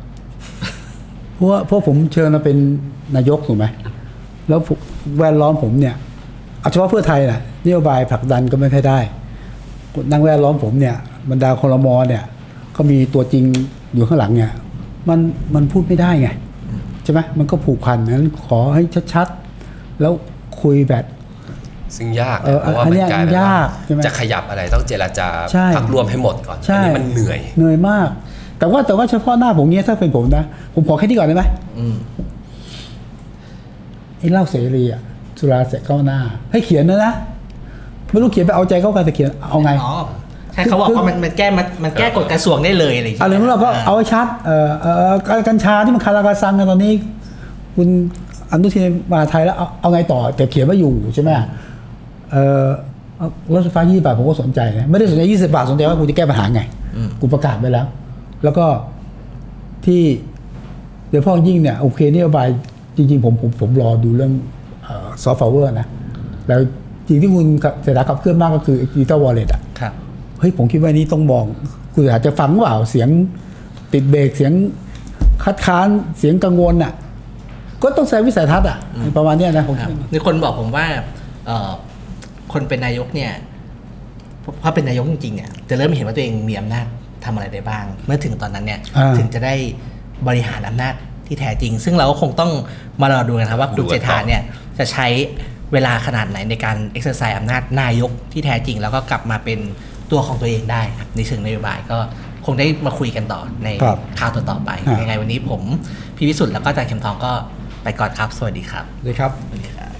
Speaker 2: เพราะว่าเพราะผมเชิญมาเป็นนายกถูกไหมแล้วผมแวดล้อมผมเนี่ยเอาเฉพาะเพื่อไทยนะนโยบายผลักดันก็ไม่ค่อยได้นั่งแวดล้อมผมเนี่ยบรรดาคอรมอเนี่ย ก็มีตัวจริงอยู่ข้างหลังเนี่ย มันมันพูดไม่ได้ไงใช่ไหมมันก็ผูกพันนั้นขอให้ชัดๆแล้วคุยแบบ
Speaker 3: ซึ่งยาก
Speaker 2: เอ
Speaker 3: นะ
Speaker 2: อ
Speaker 3: เพราะ
Speaker 2: อัน
Speaker 3: ว่ามั
Speaker 2: เนี้ย
Speaker 3: นกลายเป็น
Speaker 2: ยา
Speaker 3: ว่าก
Speaker 2: ใช่ไหม
Speaker 3: จะขยับอะไรต้องเจรจา
Speaker 2: ใช่
Speaker 3: พักรวมให้หมดก่อนอันนี้มันเหนื่อย
Speaker 2: เหนื่อยมาก แต่ว่าแต่ว่าเฉพาะหน้าผมเนี้ยถ้าเป็นผมนะ ผมขอแค่นี้ก่อนได้ไหมไอ้เหล่าเสรีอะสุราเสกเข้าหน้า ให้เขียนนะนะ ไม่รู้เขียนไปเอาใจเข้ากันแต่เขียนเอาไง
Speaker 1: อ๋อใช่เขาบอก
Speaker 2: คือ
Speaker 1: ว่ามันมันแก้มันมันแก้กฎกระทรวงได้เลยอะไรอย่าง
Speaker 2: อะไร
Speaker 1: ย
Speaker 2: นู้นเราก็เอาให้ชัดเออเออเอ่อกัญชาที่มันคาราคาซังกันตอนนี้ คุณอนุทินมาไทยแล้วเอาเอาไงต่อแต่เขียนว่าอยู่ใช่ไหมเออเอารถไฟฟ้า20 บาทผมก็สนใจนะไม่ได้สนใจ 20 บาทสนใจว่ากูจะแก้ปัญหาไงกูประกาศไปแล้ว แล้วก็ที่เดี๋ยวพ่อยิ่งเนี่ยโอเคนโยบายจริง ๆ ผมผมผมรอดูเรื่องซอฟต์แวร์นะ แล้วจริงที่คุณเสถาขับเคลื่อนมากก็คือดิจิตอลวอลเล็ตอะ
Speaker 1: ครับ
Speaker 2: เฮ้ยผมคิดว่านี่ต้องมองคุณอาจจะฟังเปล่าเสียงติดเบรกเสียงคัดค้านเสียงกังวลน่ะ ก็ต้องใช้วิสัยทัศน์อ่ะประมาณเนี้ยนะผม
Speaker 1: ครับมีคนบอกผมว่าเอ่อคนเป็นนายกเนี่ยพอเป็นนายกจริงๆเนี่ยจะเริ่มเห็นว่าตัวเองมีอำนาจทำอะไรได้บ้าง เมื่อถึงตอนนั้นเนี่ย
Speaker 2: า
Speaker 1: ถึงจะได้บริหารอำนาจที่แท้จริง ซึ่งเราก็คงต้องมารอดูกันครับว่าคุณ
Speaker 3: ดูกัน
Speaker 1: เศร
Speaker 3: ต่อ
Speaker 1: ษฐาเนี่ยจะใช้เวลาขนาดไหนในการเอ็กซ์ไซส์อำนาจนายกที่แท้จริง แล้วก็กลับมาเป็นตัวของตัวเองได้ครับในเชิงนโยบายก็คงได้มาคุยกันต่อใน
Speaker 2: ครับ
Speaker 1: ข่าวต่อๆไป
Speaker 2: อ่ายั
Speaker 1: ยังไงวันนี้ผมพี่วิสุทธ์แล้วก็อาจารย์เข็มทองก็ไปก่อนครับ สวัสดีครับ
Speaker 2: เลยครับ
Speaker 1: สวัสดีครับ